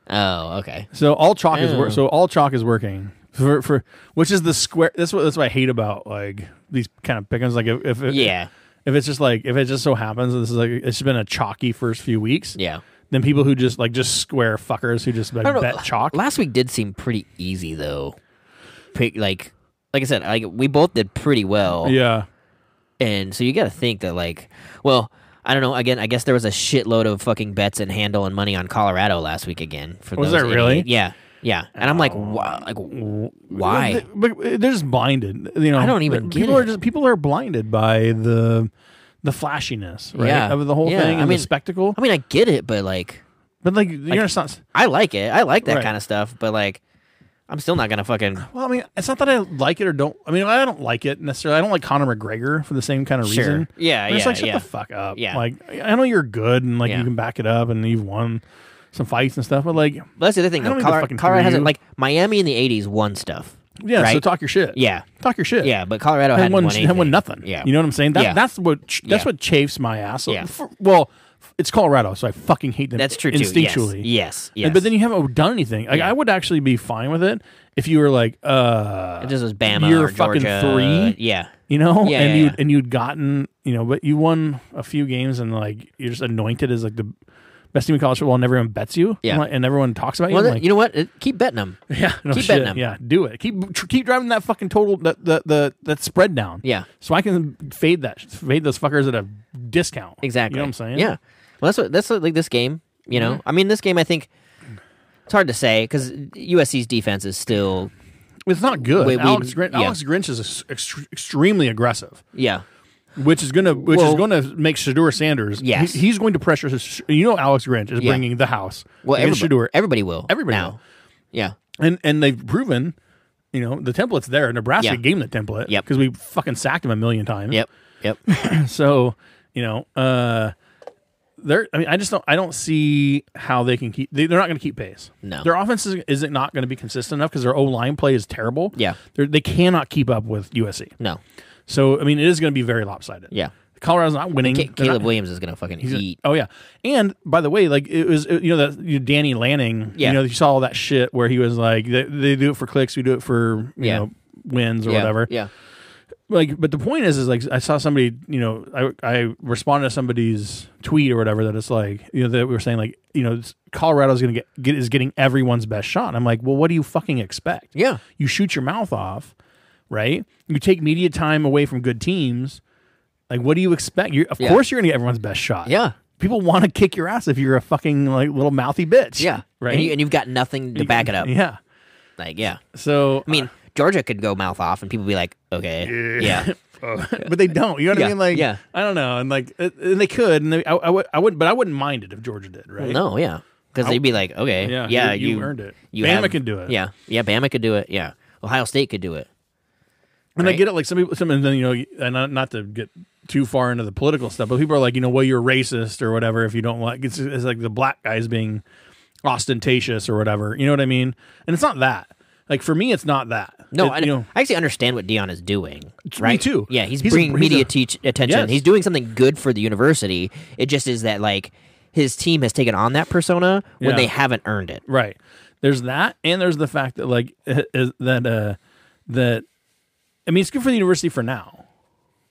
C: "Oh,
D: (laughs)
C: okay,
D: So all chalk is
C: Oh.
D: wor- so all chalk is working for for which is the square. That's what that's what I hate about like these kind of pickums. Like if, if it,
C: yeah,
D: if it's just like if it just so happens that this is like it's been a chalky first few weeks.
C: yeah."
D: Then people who just like just square fuckers who just like
C: I don't know.
D: bet chalk.
C: Last week did seem pretty easy though. Pick like, like I said, like we both did pretty well.
D: Yeah.
C: And so you got to think that like, well, I don't know. Again, I guess there was a shitload of fucking bets and handle and money on Colorado last week again. For
D: Was
C: those
D: there really? Oh.
C: idiot- Yeah, yeah. And I'm like, why? Like, why?
D: But uh, they're just blinded. You know,
C: I don't even
D: like,
C: get
D: people are
C: it.
D: just people are blinded by the the flashiness, right?
C: Yeah.
D: Of the whole
C: Yeah,
D: thing and
C: I
D: the
C: mean-
D: spectacle.
C: I mean, I get it, but like,
D: But like, you're not.
C: I like it. I like that
D: Right.
C: kind of stuff, but like, I'm still not gonna fucking.
D: Well, I mean, it's not that I like it or don't. I mean, I don't like it necessarily. I don't like Conor McGregor for the same kind of
C: Sure.
D: reason.
C: Yeah,
D: I'm just
C: yeah,
D: like shut
C: yeah.
D: the fuck up.
C: Yeah.
D: like I know you're good and like
C: Yeah.
D: you can back it up and you've won some fights and stuff, but like
C: But that's the other thing.
D: I
C: Though.
D: don't need to
C: Colorado,
D: fucking
C: Colorado
D: hear
C: hasn't
D: you.
C: like Miami in the '80s won stuff.
D: yeah, so
C: right?
D: talk your shit.
C: Yeah,
D: talk your shit.
C: Yeah, but Colorado
D: Hadn't
C: hadn't
D: won,
C: won
D: hadn't won
C: anything.
D: nothing.
C: Yeah.
D: you know what I'm saying. That,
C: Yeah.
D: That's what ch- that's
C: Yeah.
D: what chafes my ass.
C: Yeah.
D: For- well, f- it's Colorado, so I fucking hate them.
C: That's true, too. Yes.
D: Instinctually,
C: Yes.
D: And-
C: Yes.
D: but then you haven't done anything. Like I would actually be fine with it if you were like, uh,
C: It just was Bama
D: You're
C: or
D: fucking
C: Georgia.
D: three.
C: Yeah.
D: you know,
C: Yeah,
D: and
C: yeah,
D: you
C: yeah.
D: would and you'd gotten, you know, but you won a few games and like you're just anointed as like the best team in college football, and everyone bets you.
C: Yeah.
D: I'm like- and everyone talks about you.
C: Well,
D: I'm
C: then,
D: like,
C: you know what? It- Keep betting them.
D: (laughs) yeah, no
C: keep
D: shit.
C: betting them.
D: Yeah, do it. Keep tr- keep driving that fucking total that the the that spread down.
C: Yeah.
D: so I can fade that fade those fuckers at a discount.
C: Exactly.
D: You know what I'm saying?
C: Yeah. Well, that's what that's what, like this game. You know,
D: Yeah.
C: I mean, this game. I think it's hard to say because USC's defense is still.
D: it's not good.
C: We- we-
D: Alex, Grin-
C: yeah.
D: Alex Grinch is ex- ext- extremely aggressive.
C: Yeah.
D: Which is gonna, which
C: Well-
D: is gonna make Shadur Sanders.
C: Yes.
D: he- he's going to pressure. His, you know, Alex Grinch is
C: Yeah.
D: bringing the house.
C: Well,
D: against
C: everybody,
D: Shador.
C: everybody will.
D: Everybody
C: now.
D: will.
C: Yeah.
D: and and they've proven, you know, the template's there. Nebraska
C: Yeah.
D: gave them the template,
C: Yep.
D: because we fucking sacked him a million times.
C: Yep. Yep.
D: So, you know, uh, they're. I mean, I just don't. I don't see how they can keep. They, they're not going to keep pace.
C: No.
D: their offense is, is it not going to be consistent enough because their O line play is terrible.
C: Yeah.
D: they're, they cannot keep up with USC.
C: no.
D: So, I mean, it is going to be very lopsided.
C: Yeah.
D: Colorado's not winning.
C: Ca-
D: (laughs) They're
C: Caleb
D: not-
C: Williams is gonna fucking
D: He's gonna-
C: eat.
D: oh yeah, and by the way, like it was it- you know that you know, Danny Lanning.
C: Yeah.
D: You know you saw all that shit where he was like they, they do it for clicks, we do it for you
C: Yeah.
D: know wins (laughs) or
C: yeah.
D: whatever.
C: Yeah.
D: Like, but the point is, is like I saw somebody you know I I responded to somebody's tweet or whatever that it's like you know that we were saying like you know it's- Colorado's gonna get, get is getting everyone's best shot. And I'm like, well, what do you fucking expect?
C: Yeah.
D: you shoot your mouth off, right? You take media time away from good teams. Like, what do you expect? You're, of
C: Yeah.
D: course, you're gonna get everyone's best shot.
C: Yeah.
D: people want to kick your ass if you're a fucking like little mouthy bitch.
C: Yeah.
D: right. Mm-hmm.
C: And, you, and you've got nothing to back it up.
D: yeah.
C: Like yeah.
D: So
C: I mean, Georgia could go mouth off, and people be like, okay, yeah,
D: but they don't. You know what
C: Yeah,
D: I mean? Like,
C: yeah.
D: I don't know. And like, it, and they could, and they, I, I, would, I would, but I wouldn't mind it if Georgia did, right?
C: no, yeah, because they'd be like, okay,
D: Yeah,
C: yeah,
D: you-
C: you,
D: you earned it.
C: you
D: Bama
C: have-
D: can do it.
C: Yeah, yeah, Bama could do it. Yeah, Ohio State could do it.
D: And I
C: Right.
D: get it. Like some people, some, and then you know, and not, not to get too far into the political stuff, but people are like, you know, well, you're racist or whatever if you don't like. It's, it's like the black guys being ostentatious or whatever. You know what I mean? And it's not that. Like for me, it's not that.
C: No,
D: It-
C: I,
D: you know,
C: I actually understand what Dion is doing.
D: me
C: Right?
D: too.
C: Yeah, he's,
D: He's a-
C: bringing
D: he's
C: media
D: a-
C: teach attention.
D: Yes.
C: He's doing something good for the university. It just is that like his team has taken on that persona when
D: Yeah.
C: they haven't earned it.
D: Right. There's that, and there's the fact that like (laughs) i- is- that uh that I mean it's good for the university for now.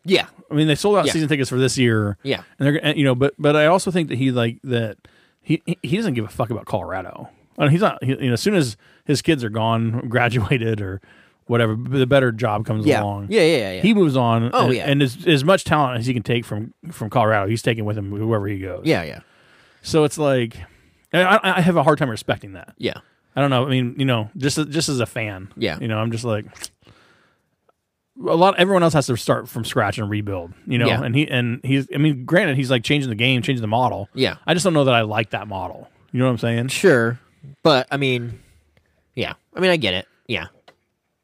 C: Yeah,
D: I mean they sold out
C: Yeah.
D: season tickets for this year.
C: Yeah.
D: and they're gonna- you know, but but I also think that he like that he he- he doesn't give a fuck about Colorado. I mean, he's not. He, you know, as soon as his kids are gone, (laughs) graduated or whatever, b- the better job comes
C: Yeah.
D: along.
C: Yeah, yeah, yeah, yeah.
D: He moves on.
C: Oh,
D: and,
C: yeah.
D: and as as much talent as he can take from from Colorado, he's taking with him whoever he goes.
C: yeah, yeah,
D: So it's like, I- I, I have a hard time respecting that.
C: yeah.
D: I don't know. I mean, you know, just just as a fan,
C: Yeah.
D: You know, I'm just like a lot. Everyone else has to start from scratch and rebuild. You know,
C: Yeah.
D: and he and he's. I mean, granted, he's like changing the game, changing the model.
C: Yeah.
D: I just don't know that I like that model. You know what I'm saying?
C: Sure, but I mean, yeah, I mean, I get it. Yeah,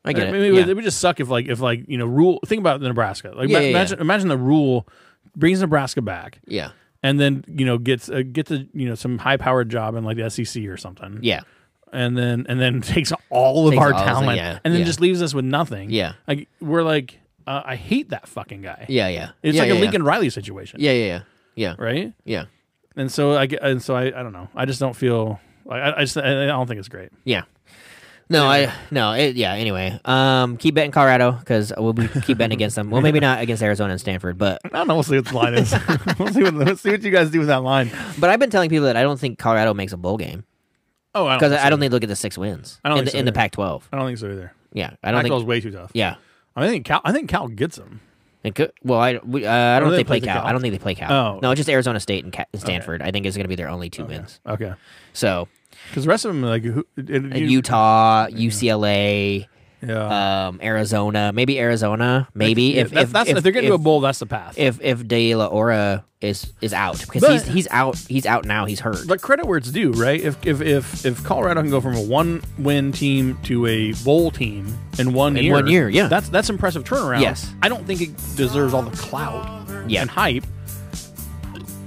C: I get
D: I
C: it.
D: mean, it,
C: yeah.
D: would, it would just suck if like if like you know rule. Think about the Nebraska. Like
C: Yeah,
D: ma-
C: yeah, yeah.
D: imagine imagine the rule brings Nebraska back.
C: yeah,
D: And then you know gets uh, gets a you know some high powered job in like the SEC or something.
C: yeah.
D: and then and then (laughs) takes all of
C: Takes
D: our
C: all of it,
D: talent
C: yeah,
D: and then
C: yeah.
D: just leaves us with nothing.
C: Yeah.
D: like we're like, uh, I hate that fucking guy.
C: Yeah, yeah.
D: it's
C: Yeah,
D: like
C: yeah,
D: a
C: yeah.
D: Lincoln Riley situation.
C: Yeah, yeah, yeah. Yeah.
D: right.
C: Yeah.
D: And so I get- and so I, I don't know. I just don't feel. I I, I just I, I don't think it's great.
C: Yeah. No, I no, it, yeah. Anyway, um, keep betting Colorado because we'll be keep betting against them. Well, maybe not against Arizona and Stanford, but
D: I don't know. We'll see what the line (laughs) is. we'll see what let's see what you guys do with that line.
C: but I've been telling people that I don't think Colorado makes a bowl game
D: Oh, I don't
C: because
D: think
C: I,
D: so.
C: don't think they look at the six wins
D: I don't
C: in,
D: think
C: the,
D: so
C: in the
D: either.
C: Pac-12.
D: I don't think so either.
C: Yeah, I don't
D: Pac-12
C: think.
D: is way too tough.
C: Yeah,
D: I think Cal. I think Cal gets them.
C: it could, well, I we, uh, I don't
D: they
C: think they play
D: play the
C: Cal.
D: Cal?
C: I don't think they play Cal.
D: Oh.
C: no, just Arizona State and, Ca- and Stanford. I think is going to be their only two wins.
D: Okay,
C: So
D: because the rest of them like who, it,
C: and Utah, UCLA, Yeah. Um, Arizona, maybe Arizona, maybe
D: Yeah,
C: if,
D: that's-
C: if,
D: that's- uh, if they're gonna do a bowl, that's the path.
C: If if De La Ora is is out because
D: But-
C: he's he's out he's out now he's hurt.
D: But credit where it's due, right? If if if, if Colorado can go from a one win team to a bowl team in one
C: In
D: year,
C: one year, yeah.
D: that's that's impressive turnaround.
C: Yes.
D: I don't think it deserves all the clout
C: Yeah.
D: and hype,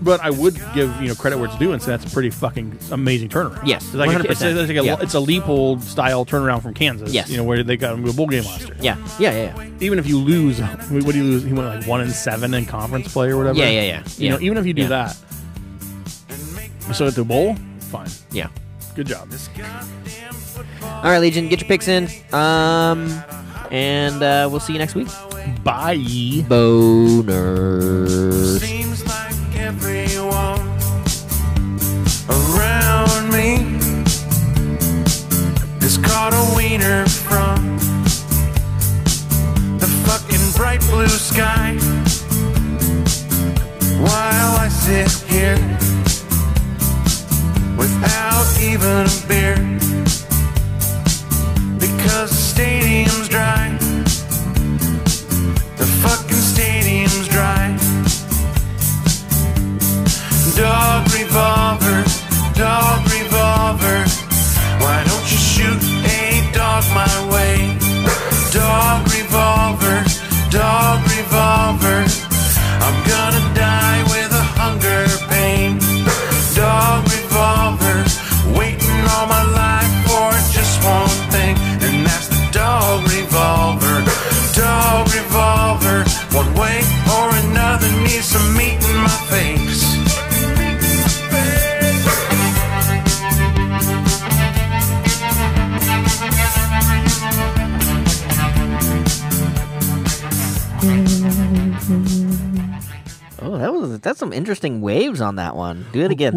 D: but I would give you know credit where it's due and say that's a pretty fucking amazing turnaround.
C: Yes,
D: it's like, a, it's,
C: 100%,
D: like a,
C: yeah.
D: it's a Leopold style turnaround from Kansas.
C: Yes.
D: you know where they got him to a bowl game last year.
C: Yeah, yeah, yeah. yeah.
D: Even if you lose, I mean, what do you lose? He went like one and seven in conference play or whatever.
C: Yeah, yeah, yeah.
D: You know,
C: Yeah.
D: even if you do
C: Yeah.
D: that, so at the bowl, fine.
C: Yeah.
D: Good job.
C: All right, Legion, get your picks in, um, and uh, we'll see you next week.
D: Bye.
C: Boners.
B: Seems like everyone around me is caught a wiener from the fucking bright blue sky. While I sit here without even a beer because the stadium's dry. The fucking stadium's dry. Dog revolver, dog revolver. Why don't you shoot a dog my way? Dog revolver, dog revolver. I'm gonna die with a hunger pain. Dog revolver, waiting all my life for just one thing, and that's the dog revolver. Dog revolver, one way or another needs some meat in my face.
C: Oh, that was that's some interesting waves on that one. Do it again.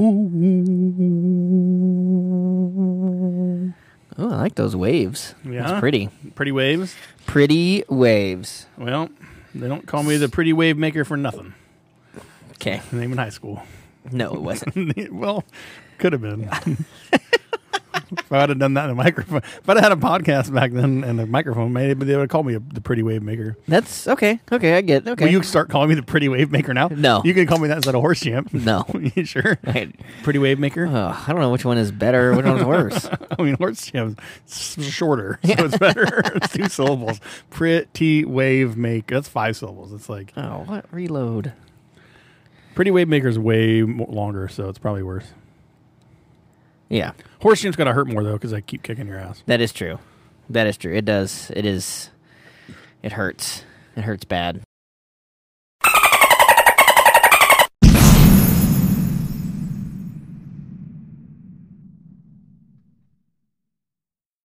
C: Oh, I like those waves.
D: Yeah.
C: that's pretty.
D: Pretty waves.
C: Pretty waves.
D: Well, they don't call me the pretty wave maker for nothing.
C: Okay.
D: Name in high school. (laughs)
C: No, it wasn't.
D: well, could have been. if I'd have done that in a microphone, if I'd have had a podcast back then and a microphone, maybe they would have called me a, the pretty wave maker.
C: That's okay. Okay, I get. Okay.
D: Will you start calling me the pretty wave maker now?
C: No.
D: You can call me that instead of horse champ.
C: No.
D: (laughs) you sure?
C: I,
D: Pretty wave maker?
C: oh, I don't know which one is better. Which one's worse?
D: (laughs) I mean, horse champ's s- shorter, so it's better. it's two syllables. Pretty wave maker. That's five syllables. It's like
C: (laughs) Oh, what reload?
D: Pretty Wave Maker's way mo- longer, so it's probably worse.
C: Yeah,
D: Horse Champ's going to hurt more, though, because I keep kicking your ass.
C: that is true. That is true. It does. It is. It hurts. It hurts bad.